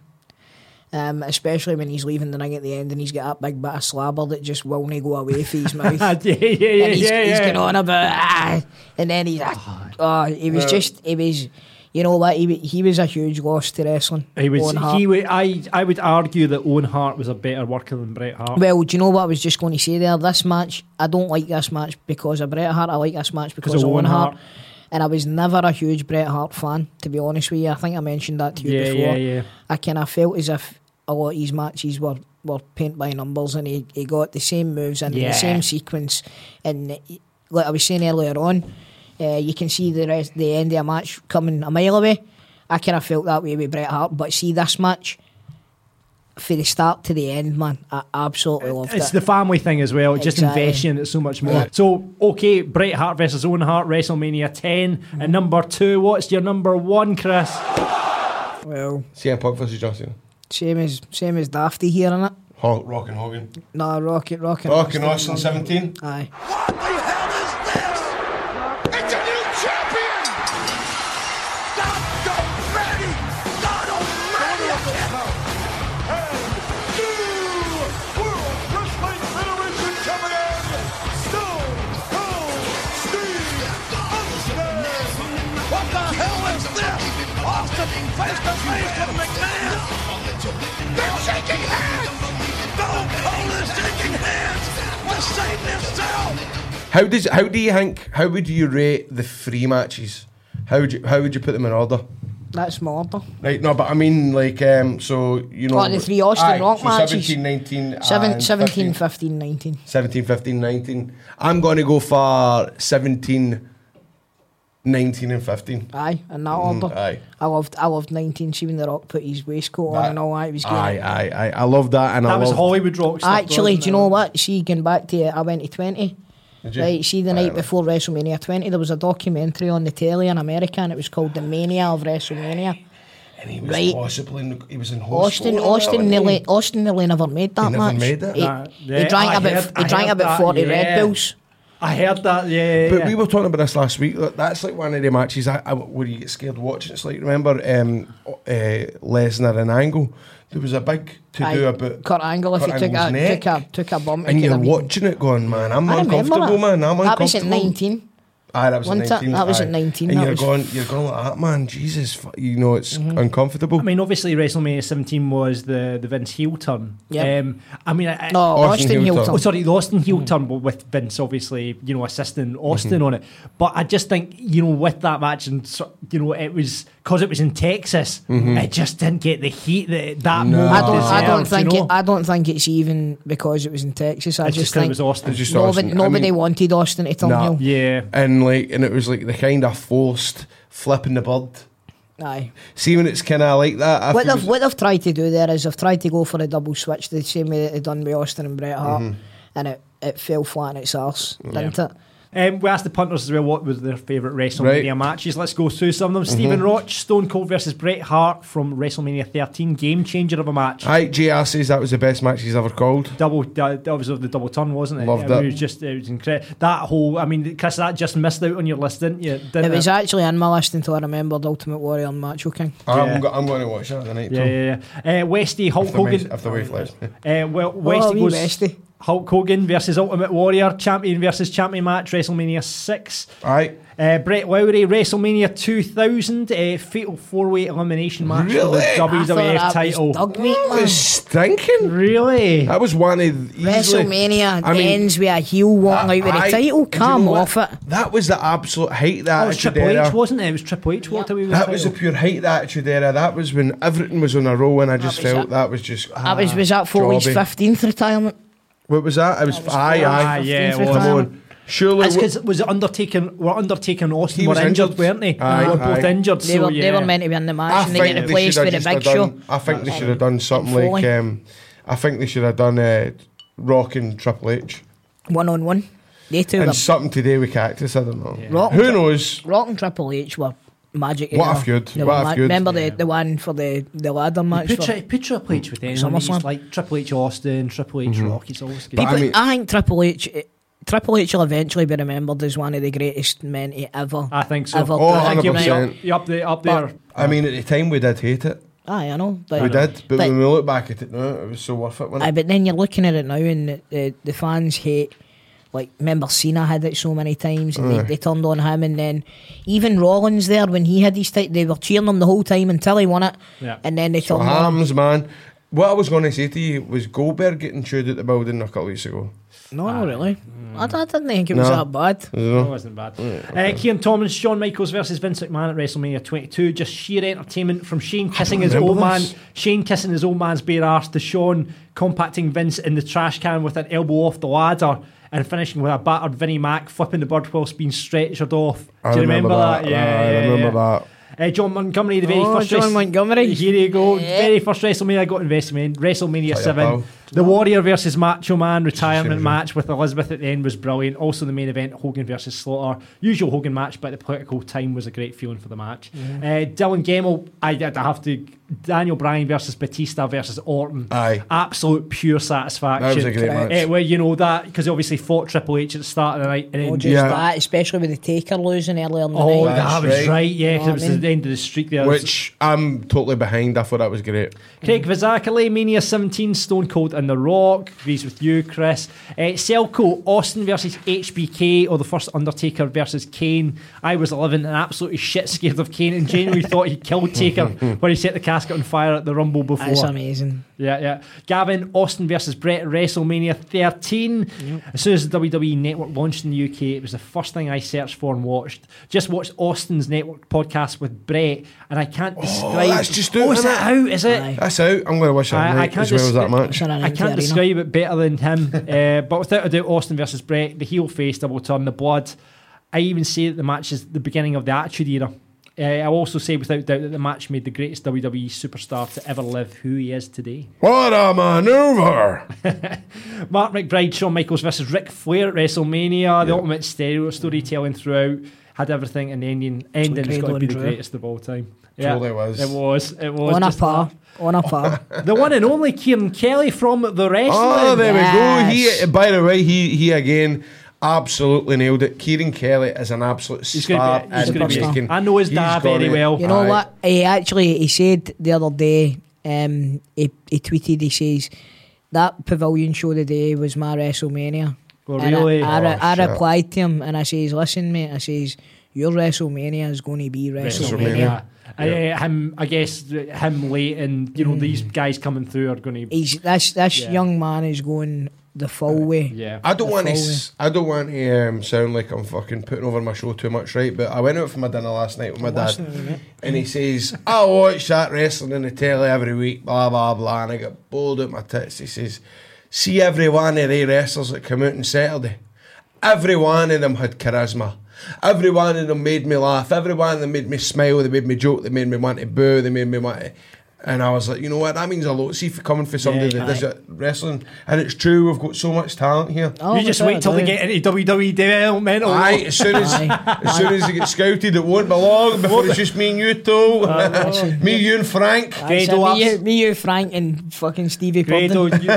F: Um, especially when he's leaving the ring at the end and he's got that big bit of slobber that just will not go away from his mouth.
C: yeah, yeah, yeah,
F: and he's,
C: yeah,
F: he's
C: yeah.
F: going on about ah, and then he's ah, oh, he was just he was, you know what he wa- he was a huge loss to wrestling.
C: He was.
F: Owen Hart.
C: He would. I. I would argue that Owen Hart was a better worker than Bret Hart.
F: Well, do you know what I was just going to say there? This match, I don't like this match because of Bret Hart. I like this match because of Owen Hart. And I was never a huge Bret Hart fan, to be honest with you. I think I mentioned that to you
C: Yeah,
F: before.
C: yeah, yeah.
F: I kind of felt as if a lot of his matches were, were paint by numbers and he, he got the same moves and
C: Yeah.
F: the same sequence. And he- like I was saying earlier on, uh, you can see the rest, the end of a match coming a mile away. I kind of felt that way with Bret Hart, but see this match, for the start to the end, man, I absolutely loved
C: It's
F: it.
C: the family thing as well. It Just
F: Exactly.
C: investing in it so much more. So, okay, Bret Hart versus Owen Hart, WrestleMania 10.
F: Mm.
C: And number two, what's your number one, Chris?
F: well,
E: CM Punk versus John Cena.
F: same as same as Dafty here, innit?
E: Hon- Rock and Hogan.
F: No, Rocket, Rocket.
E: Rock and Austin 17.
F: Aye.
I: It's a new champion! Stop the ready! God almighty! And new World Wrestling Federation champion, Stone Cold Steve Austin! What the hell is this? Austin face to face with McMahon! They're shaking hands! Stone Cold is shaking hands! The Satanist cell!
E: How does how do you think how would you rate the three matches? How would you how would you put them in order?
F: That's my order.
E: Right, no, but I mean like um so you know
F: Oh, the three Austin
E: aye,
F: Rock
E: so
F: matches.
E: 17, 19,
F: Seven,
E: and
F: 17,
E: 15.
F: 15, 19.
E: 17, 15, 19. I'm going to go for 17, 19, and 15.
F: Aye, in that
E: Mm,
F: order.
E: aye.
F: I loved I loved 19, see when The Rock put his waistcoat on
E: That-
F: and all that. It was great.
E: Aye, aye, aye. I love that, and I
C: That was
E: love.
C: Hollywood Rock stuff,
F: Actually,
C: wasn't
F: do you
C: it?
F: know what? See, going back to it, I went to 20.
E: Did you?
F: Right, see, the
E: Aye,
F: night
E: aye.
F: before WrestleMania 20, there was a documentary on the telly in America and it was called The Mania of WrestleMania.
E: And he was
F: Right.
E: possibly in, he was in
F: Austin,
E: hospital, wasn't
F: Austin
E: he?
F: nearly, Austin nearly never made that
E: never
F: match.
E: made that?
F: He,
C: Nah,
F: he
C: yeah,
F: drank
C: I
F: about,
C: heard-
F: he
C: I
F: drank
C: heard
F: about
C: that,
F: forty Red
C: yeah.
F: Bulls.
C: I heard that. Yeah, yeah,
E: But
C: yeah.
E: we were talking about this last week. Look, that's like one of the matches I, I, where you get scared watching. It's like remember um, uh, Lesnar and Angle. There was a big to do
F: Aye,
E: about
F: Kurt Angle, if
E: Kurt
F: he took
E: Angle's
F: a,
E: neck.
F: took a took a bump,
E: and
F: he could
E: you're
F: have been-
E: watching it going, man, I'm
F: I remember
E: uncomfortable,
F: that.
E: man. I'm
F: that was at
E: uncomfortable.
F: nineteen.
E: Aye, that was at
F: Wasn't that-
E: 19.
F: that was at
E: aye.
F: 19,
E: And
F: that
E: you're
F: was- Mm-hmm.
E: going, you're going like that, man. Jesus, fu- you know it's uncomfortable.
C: I mean, obviously, WrestleMania 17 was the, the Vince heel turn.
F: Yep.
C: Um, I mean, I,
F: No,
E: Austin
F: Austin,
E: Hilton.
F: Hilton.
C: Oh, sorry, the Austin heel turn with Vince, obviously, you know,
E: Mm-hmm.
C: assisting Austin on it. But I just think, you know, with that match, and so, you know, it was because it was in Texas, it just didn't get the heat that that
E: Mm-hmm. No.
C: moment.
F: I don't. I don't
C: deserved,
F: think.
C: you know?
F: It, I don't think it's even because it was in Texas. I
C: It's
F: just
C: 'cause
F: think
C: it was Austin.
E: It's just
F: nobody,
E: Austin. I
F: nobody
E: mean-
F: wanted Austin to turn
E: Nah.
F: heel.
C: Yeah.
E: and like, and it was like the kind of forced flipping the bird.
F: Aye.
E: See when it's kind of like that. I
F: What
E: feel
F: they've,
E: it's-
F: what they've tried to do there is they've tried to go for a double switch the same way that they've done with Austin and Bret Hart,
E: Mm-hmm.
F: and it, it fell flat on its arse, didn't it?
C: Um, we asked the punters as well what was their favourite WrestleMania
E: Right. Mhm.
C: matches. Let's go through some of them. Stephen Roch, Stone Cold versus Bret Hart from WrestleMania 13, game changer of a match.
E: Aye, JR says that was the best match he's ever called.
C: double that, that was of the double turn, wasn't it?
E: Loved
C: it.
E: it.
C: was just it was incredible. That whole, I mean, Chris, that just missed out on your list, didn't you? Didn't
F: It was
C: it?
F: actually on my list until I remembered Ultimate Warrior and Macho King.
E: I'm,
C: Yeah.
E: go- I'm going to watch that tonight.
C: yeah,
E: too.
C: yeah, yeah. Uh, Westy Hulk
E: If the
C: Hogan.
E: wave- if the wave lets me.
C: Uh, well,
F: Oh,
C: Westy
F: wee
C: goes
F: Westy.
C: Hulk Hogan versus Ultimate Warrior, champion versus champion match, WrestleMania six.
E: Aye.
C: Uh, Brett Lowry, WrestleMania 2000, uh, fatal four way elimination match for
E: Really?
C: the
E: I
F: I thought that
C: WWF
F: was
C: title.
F: Dog meat,
E: That
F: man.
E: was stinking.
C: Really?
E: That was one of the easily-
F: WrestleMania
E: I mean,
F: ends with a heel walking out with
E: aye, and
F: a title.
E: do you know
F: Come
E: what?
F: off it.
E: That was the absolute height of the
C: That was
E: attitude
C: Triple
E: era.
C: H, wasn't it? It was Triple H walked away with the
E: that was the
C: title.
E: pure height of the attitude era. That was when everything was on a roll, and I just
F: was
E: felt
F: it.
E: that was just. ah,
F: That was was that
E: jobby.
F: Foley's fifteenth retirement.
E: What was that? I was, aye, aye,
C: Ah, yeah, it was.
E: Come on, surely
C: That's
E: w-
C: because was it Undertaker? Were Undertaker and Austin
E: He
C: were
E: was
C: injured,
E: injured.
C: weren't they?
E: Aye,
C: they were both
E: aye.
C: injured.
F: They
C: so
F: were
C: yeah.
F: they were meant to be in the match
E: I
F: and they
E: think
F: get
E: they should
F: replaced
E: have
F: with a
E: just have
F: big show.
E: done. I think they should have done something
F: Foley.
E: like. Um, I think they should have done uh, Rock and Triple H
F: One on one. They two were
E: and something today with Cactus. I don't know.
F: Rock and
E: Who
F: Tri-
E: knows?
F: Rock and Triple H were magic.
E: What
F: era.
E: a feud,
F: They
E: what
F: were
E: a feud.
F: Remember the, the one for the, the ladder match?
C: Put,
F: For,
C: tri- put Triple H with anyone. It's
F: SummerSlam.
E: Mm-hmm.
C: like Triple H Austin, Triple H Rock. It's always good.
F: people,
E: I mean-
F: I think Triple H. eh, Triple H will eventually be remembered as one of the greatest men he ever.
C: I think so.
F: Ever
E: Oh,
F: I think
C: You're,
F: you'll
E: 100%.
F: be up-
C: you're, you're up there. Up there.
E: I mean, at the time we did hate it.
F: Aye, Ah, I know. But
E: We did, but
F: Like-
E: when we look back at it now, it was so worth it. Wasn't
F: Aye,
E: it?
F: Uh, but then you're looking at it now, and the, the, the fans hate. Like, remember Cena had it so many times, and they, they turned on him, and then even Rollins there when he had his title, they were cheering him the whole time until he won it,
C: Yeah.
F: and then they
E: So
F: turned on. him.
E: Hams, man. What I was going to say to you was Goldberg getting chewed at the building a couple of weeks ago.
F: No, not really. I, I didn't think it was
E: No. Mm, Oh,
F: that bad.
C: That wasn't bad. Uh, Kieran Thomas, Shawn Michaels versus Vince McMahon at WrestleMania 22. Just sheer entertainment from Shane kissing his
E: remember
C: old man,
E: this.
C: Shane kissing his old man's bare arse to Shawn compacting Vince in the trash can with an elbow off the ladder and finishing with a battered Vinnie Mac flipping the bird whilst being stretchered off. Do you remember, that? Yeah,
E: I
C: yeah,
E: remember
C: yeah.
E: that.
C: Uh, John Montgomery, the very
F: Oh,
C: first.
F: John
C: wrest-
F: Montgomery.
C: Here you go. Very first WrestleMania I got in WrestleMania, WrestleMania
E: Tell you
C: 7.
E: about.
C: The Warrior versus Macho Man retirement
E: shame.
C: match with Elizabeth at the end was brilliant. Also, the main event, Hogan versus Slaughter. Usual Hogan match, but the political time was a great feeling for the match. Uh, Dylan Gemmell, I, I have to. Daniel Bryan versus Batista versus Orton.
E: Aye.
C: Absolute pure satisfaction.
E: That was a great
F: Correct.
E: match.
C: Uh, well, you know that because obviously fought Triple H at the start of the night, and then
F: Or just
E: Yeah.
F: that, especially with the Taker losing earlier in the
C: oh,
F: night.
C: that
E: That's
C: was
E: right.
C: right, yeah, 'cause
F: Know
C: it
F: what
C: was
F: I mean?
C: the end of the streak there. It was-
E: Which I'm totally behind. I thought that was great.
C: Craig Vazakale, Mania 17, Stone Cold and The Rock. Agrees with you, Chris. Uh, Selco, Austin versus HBK, or the first Undertaker versus Kane. I was 11 and absolutely shit scared of Kane and genuinely thought he killed Taker when he set the casket on fire at the Rumble before.
F: That's amazing.
C: Yeah, yeah. Gavin Austin versus Brett at WrestleMania 13. As soon as the WWE network launched in the UK, it was the first thing I searched for and watched. Just watched Austin's network podcast with Brett, and I can't describe.
E: that's just out,
C: Oh, is
E: isn't
C: that out? Is it?
F: Aye.
E: That's out. I'm going to wish that
C: I- I
E: night
C: can't
E: as well as
C: just-
E: that match.
F: Sorry,
C: I can't
F: Arena.
C: describe it better than him. uh, but without a doubt, Austin versus Brett, the heel face double turn, the blood. I even say that the match is the beginning of the Attitude Era. Uh, I also say without doubt that the match made the greatest WWE superstar to ever live, who he is today.
E: What a maneuver!
C: Mark McBride, Shawn Michaels versus Ric Flair at WrestleMania, the ultimate stereo storytelling throughout. Had everything, and the ending, ending has got to
F: Cradle
C: be
F: and
C: the
F: Drew.
C: greatest of all time.
E: Totally was.
C: It was. It was.
F: On a
C: just
F: par. On a par.
C: that. The one and only Kieran Kelly from The Wrestling.
E: Oh, there we go.
F: Yes.
E: He, by the way, he he again absolutely nailed it. Kieran Kelly is an absolute
C: He's
E: star.
C: going to be. He's
E: in
C: going to be.
E: making-
C: I know his
E: He's
C: dad
E: got
C: very
E: it.
C: well.
F: You know
E: Aye.
F: what? He actually he said the other day. Um, he, he tweeted. He says that pavilion show today was my WrestleMania.
C: Well,
F: And I-
C: really?
F: I, re-
E: Oh,
F: I
E: shit.
F: replied to him and I says, "Listen, mate. I says your WrestleMania is going to be WrestleMania."
E: WrestleMania.
C: Uh, him, I guess uh, him late, and you know these guys coming through are going to.
F: He's this this
C: Yeah.
F: young man is going the full way.
C: Yeah.
E: I don't want to.
F: Foley.
E: s- I don't want to um, sound like I'm fucking putting over my show too much, right? But I went out for my dinner last night with my dad, and he says, "I watch that wrestling on the telly every week, blah blah blah," and I got bored out my tits. He says, "See every one of the wrestlers that come out on Saturday. Every one of them had charisma. Every one of them made me laugh. Every one of them made me smile. They made me joke. They made me want to boo. They made me want to." And I was like, you know what? That means a lot. See, for coming for somebody
C: Yeah,
E: that does it wrestling, and it's true. We've got so much talent here.
F: Oh,
C: you just
F: without
C: wait
F: a
C: till they
F: doubt.
C: get into WWE developmental.
E: Aye, as soon as
F: Aye.
E: as soon as he gets scouted, it won't be long before it's just me and you two, me, you and Frank.
F: That's it,
C: Grado
F: me, you,
C: Labs.
F: me, you, Frank, and fucking Stevie
C: Grado,
F: Purden.
C: you,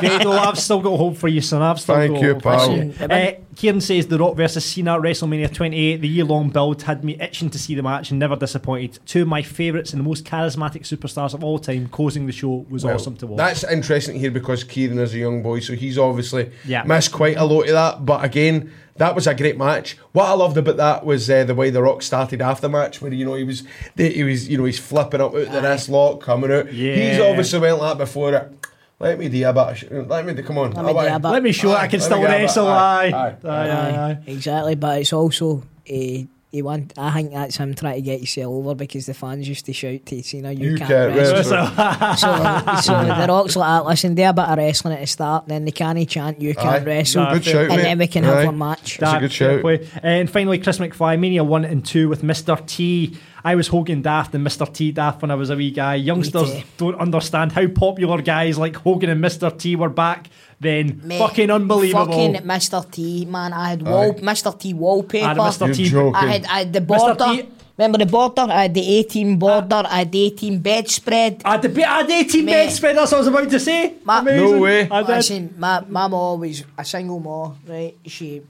C: Grado, I've still got hope for you, son. I've still
E: Thank
C: got
E: you,
C: hope.
E: pal.
F: Listen,
C: Uh, Kieran says The Rock versus Cena at WrestleMania 28. The year long build had me itching to see the match and never disappointed. Two of my favourites and the most charismatic superstars of all time closing the show was
E: Well,
C: awesome to watch.
E: That's interesting here because Kieran is a young boy, so he's obviously
C: Yeah.
E: missed quite a lot of that. But again, that was a great match. What I loved about that was uh, the way The Rock started after the match, where you know he was, the, he was, you know, he's flipping up out the wrist lock, coming out. He's
C: Yeah.
E: obviously went like that before it. Let me do a bit. of sh- Let me do. Come on.
F: Let me
E: I want
F: do a
E: to-
F: bit.
C: Let me show
E: Aye,
C: I can
E: let
C: still
E: me get a bit.
C: wrestle. Aye.
E: Aye,
C: Aye, aye, aye.
F: Exactly, but it's also a. He want, I think that's him trying to get himself over because the fans used to shout to Cena, you,
E: You
F: can't,
E: can't
F: wrestle.
E: wrestle.
F: So, so the Rock's like, "Ah, listen, do a bit of wrestling at the start, then they can't chant, you can't
E: Aye.
F: wrestle.
E: Good shout,
F: and
E: mate.
F: then we can
E: Aye.
F: have one
E: That's
F: match.
E: a
C: Dark
E: good shout.
C: Fairplay. And finally, Chris McFly, Mania 1 and 2 with Mr. T. I was Hogan Daft and Mr. T Daft when I was a wee guy. Youngsters
F: too.
C: don't understand how popular guys like Hogan and Mr. T were back then. fucking unbelievable.
F: Fucking Mr. T, man. I had wall, Mr. T wallpaper.
C: And Mr.
E: You're
C: T.
E: joking.
F: I had, I had the
C: Mr.
F: border.
C: T,
F: Remember the border? I had the A team border, I had the A team bedspread.
C: I had the I had 18
F: Mate.
C: bedspread, that's what I was about to say.
F: Ma- No
C: Amazing.
E: way.
C: I did.
F: Listen, my, my mom was a single mom, right? She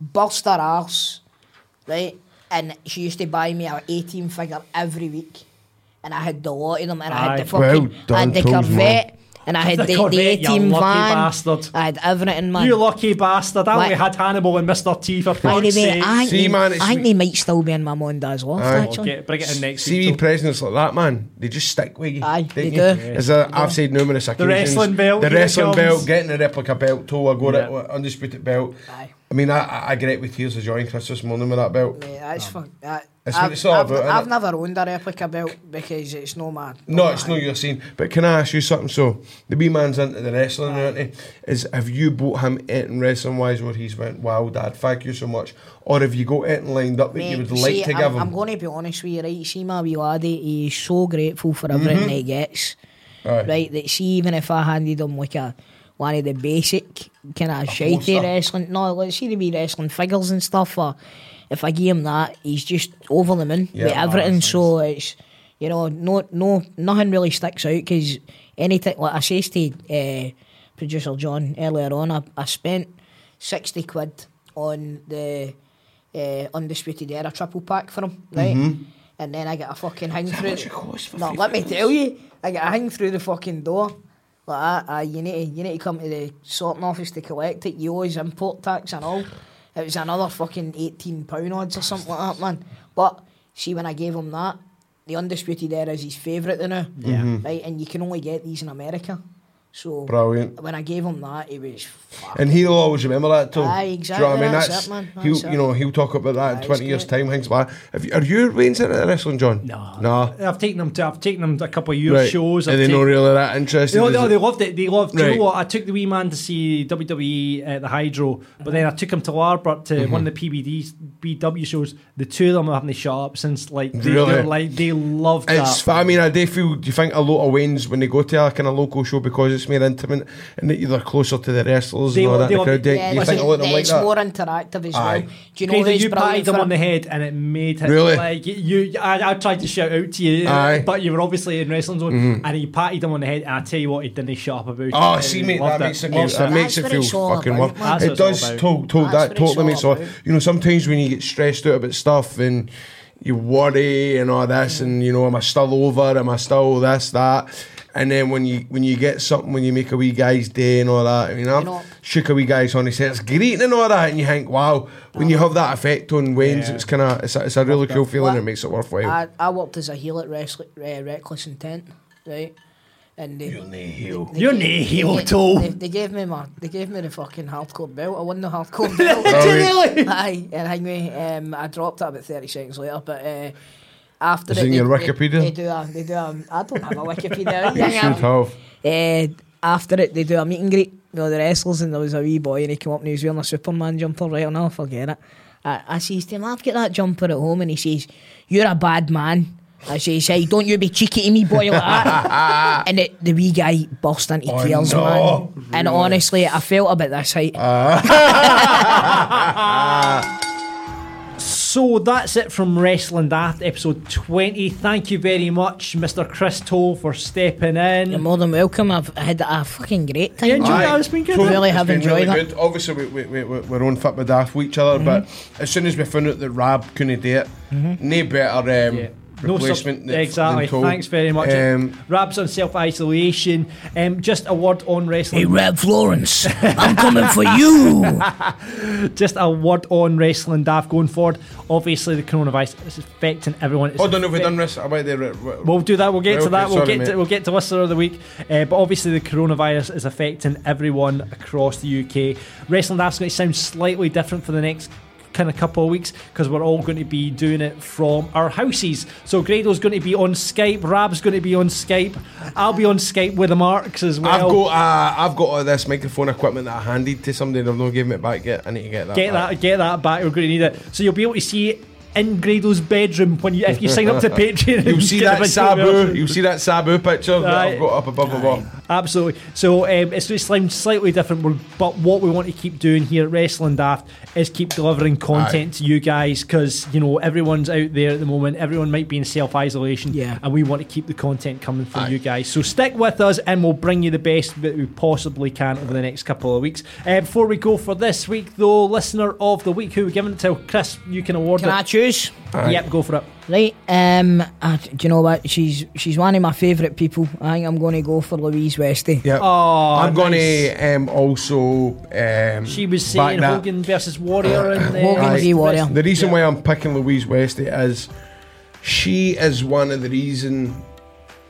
F: burst her arse, right? And she used to buy me an 18 figure every week. And I had the lot of them, and I had
C: Aye.
F: the fucking,
E: Well
F: I had the
E: done, Toes, man.
F: Corvette, and I had
C: The
F: the, the
C: Corvette, you
F: 18 van.
C: lucky bastard.
F: I had everything, man.
C: You lucky bastard. I
F: Why-
C: only had Hannibal and Mr. T for
F: By the
C: fuck's
F: way,
C: sake.
F: I think,
E: See,
F: they-
E: man, it's-
F: I think they might still be in my Monday's loft,
E: Aye.
C: I'll
F: actually.
C: get- bring it in next
E: See, wee
C: week. though.
E: presidents like that, man, they just stick with you.
F: Aye,
E: don't
F: they
E: you?
F: do.
E: As I, I've said numerous occasions.
C: wrestling belt,
E: The
C: here it
E: wrestling
C: comes.
E: belt, getting a replica belt, too. I got
C: Yeah.
E: it, undisputed belt.
F: Aye.
E: I mean, I, I, I get it with tears of joy Christmas morning with that belt.
F: Mate, that's fuck. That,
E: That's what
F: I've,
E: it's all
F: I've,
E: about, innit?
F: I've never owned a replica belt because it's no my.
E: No, it's not your scene. But can I ask you something? So the wee man's into the wrestling, aren't he? Is have you bought him anything wrestling wise where he's went, Wow dad, thank you so much? Or have you got anything lined up that you would like
F: see,
E: to
F: I'm,
E: give him?
F: I'm going to be honest with you, right? See, my wee laddie, he's so grateful for everything that he gets.
E: Mm-hmm. Aye.
F: Right, that see, even if I handed him like a one of the basic kind of shitey
E: poster.
F: wrestling, no, like see the wee wrestling figures and stuff, or if I give him that, he's just over the moon
E: Yeah,
F: with
E: aye,
F: everything. So it's, you know, no, no, nothing really sticks out because anything, like I says to uh, producer John earlier on, I, I spent 60 quid on the uh, Undisputed Era triple pack for him, right? And then I get a fucking hang through.
E: much it costs for
F: no,
E: three
F: let me tell you, I get a hang through the fucking door. Like that, uh, you need to, you need to come to the sorting office to collect it. You always import tax and all. It was another fucking eighteen pound odds or something like that, man. But see, when I gave him that, the undisputed era is his favourite now, yeah.
E: Mm-hmm.
F: right? And you can only get these in America, so
E: Brilliant.
F: when I gave him that, he was fuck.
E: And he'll always remember that too.
F: Aye,
E: Do you know
F: exactly,
E: what I mean?
F: that's
E: That's-
F: it, man.
E: He'll,
F: That's
E: you
F: it.
E: know, he'll talk about that in
F: Aye,
E: twenty
F: it's
E: years'
F: great.
E: time. Things like that. Have you, are you Wayne's into the wrestling, John?
C: No.
E: no.
C: I've taken them to I've taken them to a couple of your shows.
E: Are
C: I've
E: they
C: taken-
E: not really that interested?
C: No,
E: is
C: no,
E: it?
C: they loved it. They loved. Do you
E: Right.
C: know what? I took the wee man to see WWE at the Hydro, but then I took him to Larbert
E: Mm-hmm.
C: to one of the PBD's BW shows. The two of them haven't shut up since. Like they,
E: Really?
C: they're like they loved
E: It's.
C: that.
E: fa- I mean, I do feel. Do you think a lot of Wayne's when they go to a kind of local show because it's more intimate and that they're closer to the wrestlers
C: They
E: and all
C: will-
E: that?
C: they
E: in the
C: will-
E: crowd, do you-
F: Yeah,
E: do you
F: listen,
E: think a lot of them like
F: it's
E: that?
F: more interactive as
E: Aye.
F: well. Do you know
C: Crazy,
F: who's
C: you patted
F: brilliant
C: him
F: for
C: on the
F: it?
C: head and it made him
E: Really?
C: like you. I, I tried to shout out to you,
E: Aye. Mm-hmm.
C: but you were obviously in wrestling zone, and he patted him on the head. And I tell you what, he didn't shut up about
E: Oh,
C: it.
E: see,
C: He
E: mate,
C: loved
E: that makes it, feel,
C: Loved
E: that makes it
F: That's
E: feel
F: what it's all
E: fucking
F: about,
E: worth.
F: man.
C: That's
E: It
C: what it's
E: does,
C: all
E: told, told
F: That's
E: that
F: what it's
E: totally makes
F: all
E: it.
F: about.
E: You know, sometimes when you get stressed out about stuff and you worry and all this, and you know, am I still over? Am I still this that? And then when you when you get something, when you make a wee guy's day and all that, I mean, I've
F: know-
E: shook a wee guy's on his head, it's great and all that, and you think, wow, when
F: Uh-huh.
E: you have that effect on Wayne's,
C: Yeah.
E: it's kind of it's, a- it's a really cool feeling.
F: Well,
E: It makes it worthwhile.
F: I, I worked as a heel at Rest, uh, Reckless Intent, right? And they,
E: You're nae heel.
F: they
C: You're
F: gave-
C: nae
F: they
C: heel
F: gave-
C: at all.
F: They, they gave me my, they gave me the fucking hardcore belt. I won the hardcore belt.
E: Really?
F: Aye, and hang me. Um, I dropped it about thirty seconds later, but. Uh, after
E: Is
F: it,
E: it in
F: they-
E: your
F: they-
E: Wikipedia?
F: They, do. A, they do. A, I don't have a Wikipedia.
E: You should have.
F: Uh, after it, they do a meet and greet with all the wrestlers, and there was a wee boy, and he came up and he was wearing a Superman jumper, right? I'll never forget it. I, I says to him, I've got that jumper at home, and he says, You're a bad man. I says, Hey, don't you be cheeky to me, boy, like that. and it, the wee guy burst into
E: Oh,
F: tears,
E: no. Uh.
F: man. And honestly, I felt about this height.
C: So that's it from Wrestling Daft episode 20. Thank you very much, Mr. Chris Toll, for stepping in.
F: You're more than welcome. I've had a fucking great time.
C: You enjoyed
E: Aye.
C: that? It's been good.
E: So
C: eh?
F: Really
E: it's
F: have
E: been
F: enjoyed
E: really
F: it.
E: good. Obviously, we, we, we, we- we're on fit with daft with each
C: Mm-hmm.
E: other, but as soon as we found out that Rab couldn't do it, no better um,
C: Mm-hmm. Yeah. No
E: replacement
C: sub-
E: than-
C: exactly.
E: than Cole.
C: Thanks very much.
E: Um,
C: Rabs on self isolation. Um, just a word on
F: Hey,
C: wrestling.
F: Reb Florence, I'm coming for you.
C: Just a word on wrestling daft going forward. Obviously, the coronavirus is affecting everyone. It's
E: hold on, have we
C: affect-
E: done this? I might there. Well,
C: We'll do that. We'll get to
E: Okay,
C: that. We'll
E: sorry,
C: get to,
E: mate.
C: we'll get to listener of the week. Uh, but obviously, the coronavirus is affecting everyone across the UK. Wrestling that's going to sound slightly different for the next kind of couple of weeks because we're all going to be doing it from our houses. So Grado's going to be on Skype. Rab's going to be on Skype. I'll be on Skype with the Marks as well.
E: I've got uh, I've got all this microphone equipment that I handed to somebody and I've not given it back yet. I need to get that.
C: Get
E: back.
C: that, get that back. We're going to need it. So you'll be able to see in Grado's bedroom when you if you sign up to Patreon.
E: You'll
C: and
E: see that
C: get the video
E: Sabu.
C: version.
E: You'll see that Sabu picture that
C: Aye.
E: I've got up above the wall.
C: Absolutely. So um, it's just slim- slightly different, we're- but what we want to keep doing here at Wrestling Daft is keep delivering content to you guys because you know everyone's out there at the moment. Everyone might be in self isolation,
F: Yeah.
C: and we want to keep the content coming from you guys. So stick with us, and we'll bring you the best that we possibly can over the next couple of weeks. Uh, before we go for this week, though, listener of the week, who we're giving it to, Chris, you can award
F: Can I
C: it.
F: choose?
C: Yep, go for it.
F: Right. Um. uh, do you know what? She's she's one of my favourite people. I think I'm going to go for Louise Westy.
E: Yeah.
C: Oh,
E: I'm going
C: nice.
E: to um, also. Um,
C: She was
E: back
C: saying
E: that.
C: Hogan versus Warrior, and uh,
F: Hogan
E: Aye.
F: v Warrior.
E: The reason why I'm picking Louise Westy is she is one of the reason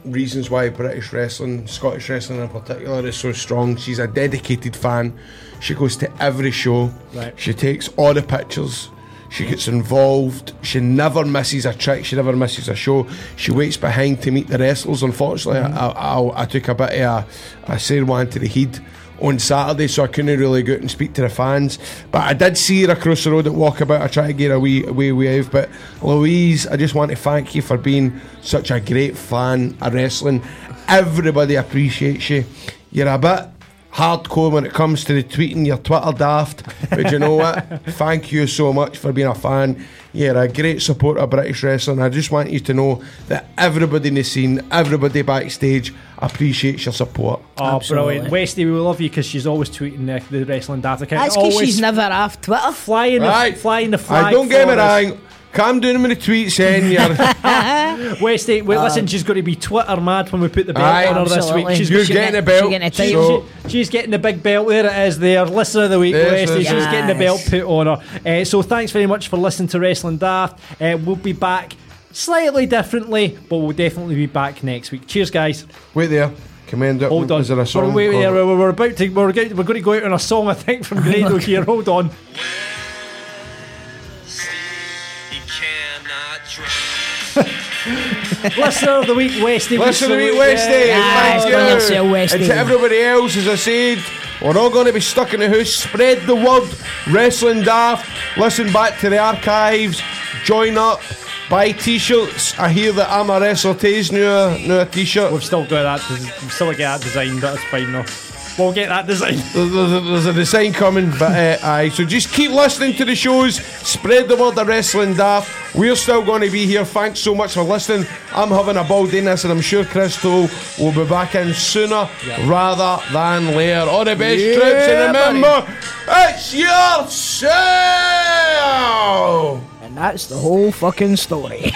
E: reasons why British wrestling, Scottish wrestling in particular, is so strong. She's a dedicated fan. She goes to every show.
C: Right.
E: She takes all the pictures. She gets involved. She never misses a trick. She never misses a show. She waits behind to meet the wrestlers. Unfortunately, I, I, I took a bit of a, a sale one to the head on Saturday, so I couldn't really go out and speak to the fans. But I did see her across the road at Walkabout. I tried to get a wee, wee wave. But Louise, I just want to thank you for being such a great fan of wrestling. Everybody appreciates you. You're a bit hardcore when it comes to the tweeting, your Twitter daft. But you know what? Thank you so much for being a fan. You're a great supporter of British wrestling. I just want you to know that everybody in the scene, everybody backstage appreciates your support.
C: Oh,
F: Absolutely.
C: brilliant. Westy, we love you because she's always tweeting the, the wrestling data account.
F: That's because
C: Always
F: she's never off Twitter.
C: flying the,
E: Right.
C: flying the flag.
E: I don't get
C: for
E: me
C: us.
E: wrong. Calm down with the tweets, saying you're,
C: Westy, wait, listen, she's going to be Twitter mad when we put the belt
E: Aye.
C: on her this
F: Absolutely.
C: week. She's,
E: you're
F: she
E: getting a
F: get- she
E: belt.
F: getting a
C: she-
F: title?
E: so-
C: she- she's getting the big belt. There it is there. Listener of the week,
E: This
C: Westy.
E: is-
C: She's getting the belt
F: Yes.
C: put on her. Uh, so thanks very much for listening to Wrestling Daft. Uh, we'll be back slightly differently, but we'll definitely be back next week. Cheers, guys.
E: wait there. Commander,
C: Hold on.
E: is there a song?
C: we're, wait, wait,
E: called-
C: we're, we're about to. We're, going, we're going to go out on a song, I think, from Grado here. Hold on.
J: He cannot drive.
C: Listener of the week, Westy. we
E: Listen to me,
C: salute
E: Westy.
C: you.
F: Yeah,
E: Thank
F: it's gonna
E: you.
F: say Westy.
E: And to everybody else, as I said, we're all going to be stuck in the house. Spread the word. Wrestling daft. Listen back to the archives. Join up. Buy t-shirts. I hear that I'm a wrestler. Tay's new new
C: We've
E: t-shirt.
C: still got that. des- We've still got that design. That's fine though. We'll get that design.
E: There's, there's- there's a design coming, but uh, aye. So just keep listening to the shows. Spread the word of Wrestling Daft. We're still going to be here. Thanks so much for listening. I'm having a ball doing this, and I'm sure Crystal will be back in sooner rather than later. All the best trips, and remember, it's yourself.
F: And that's the whole fucking story.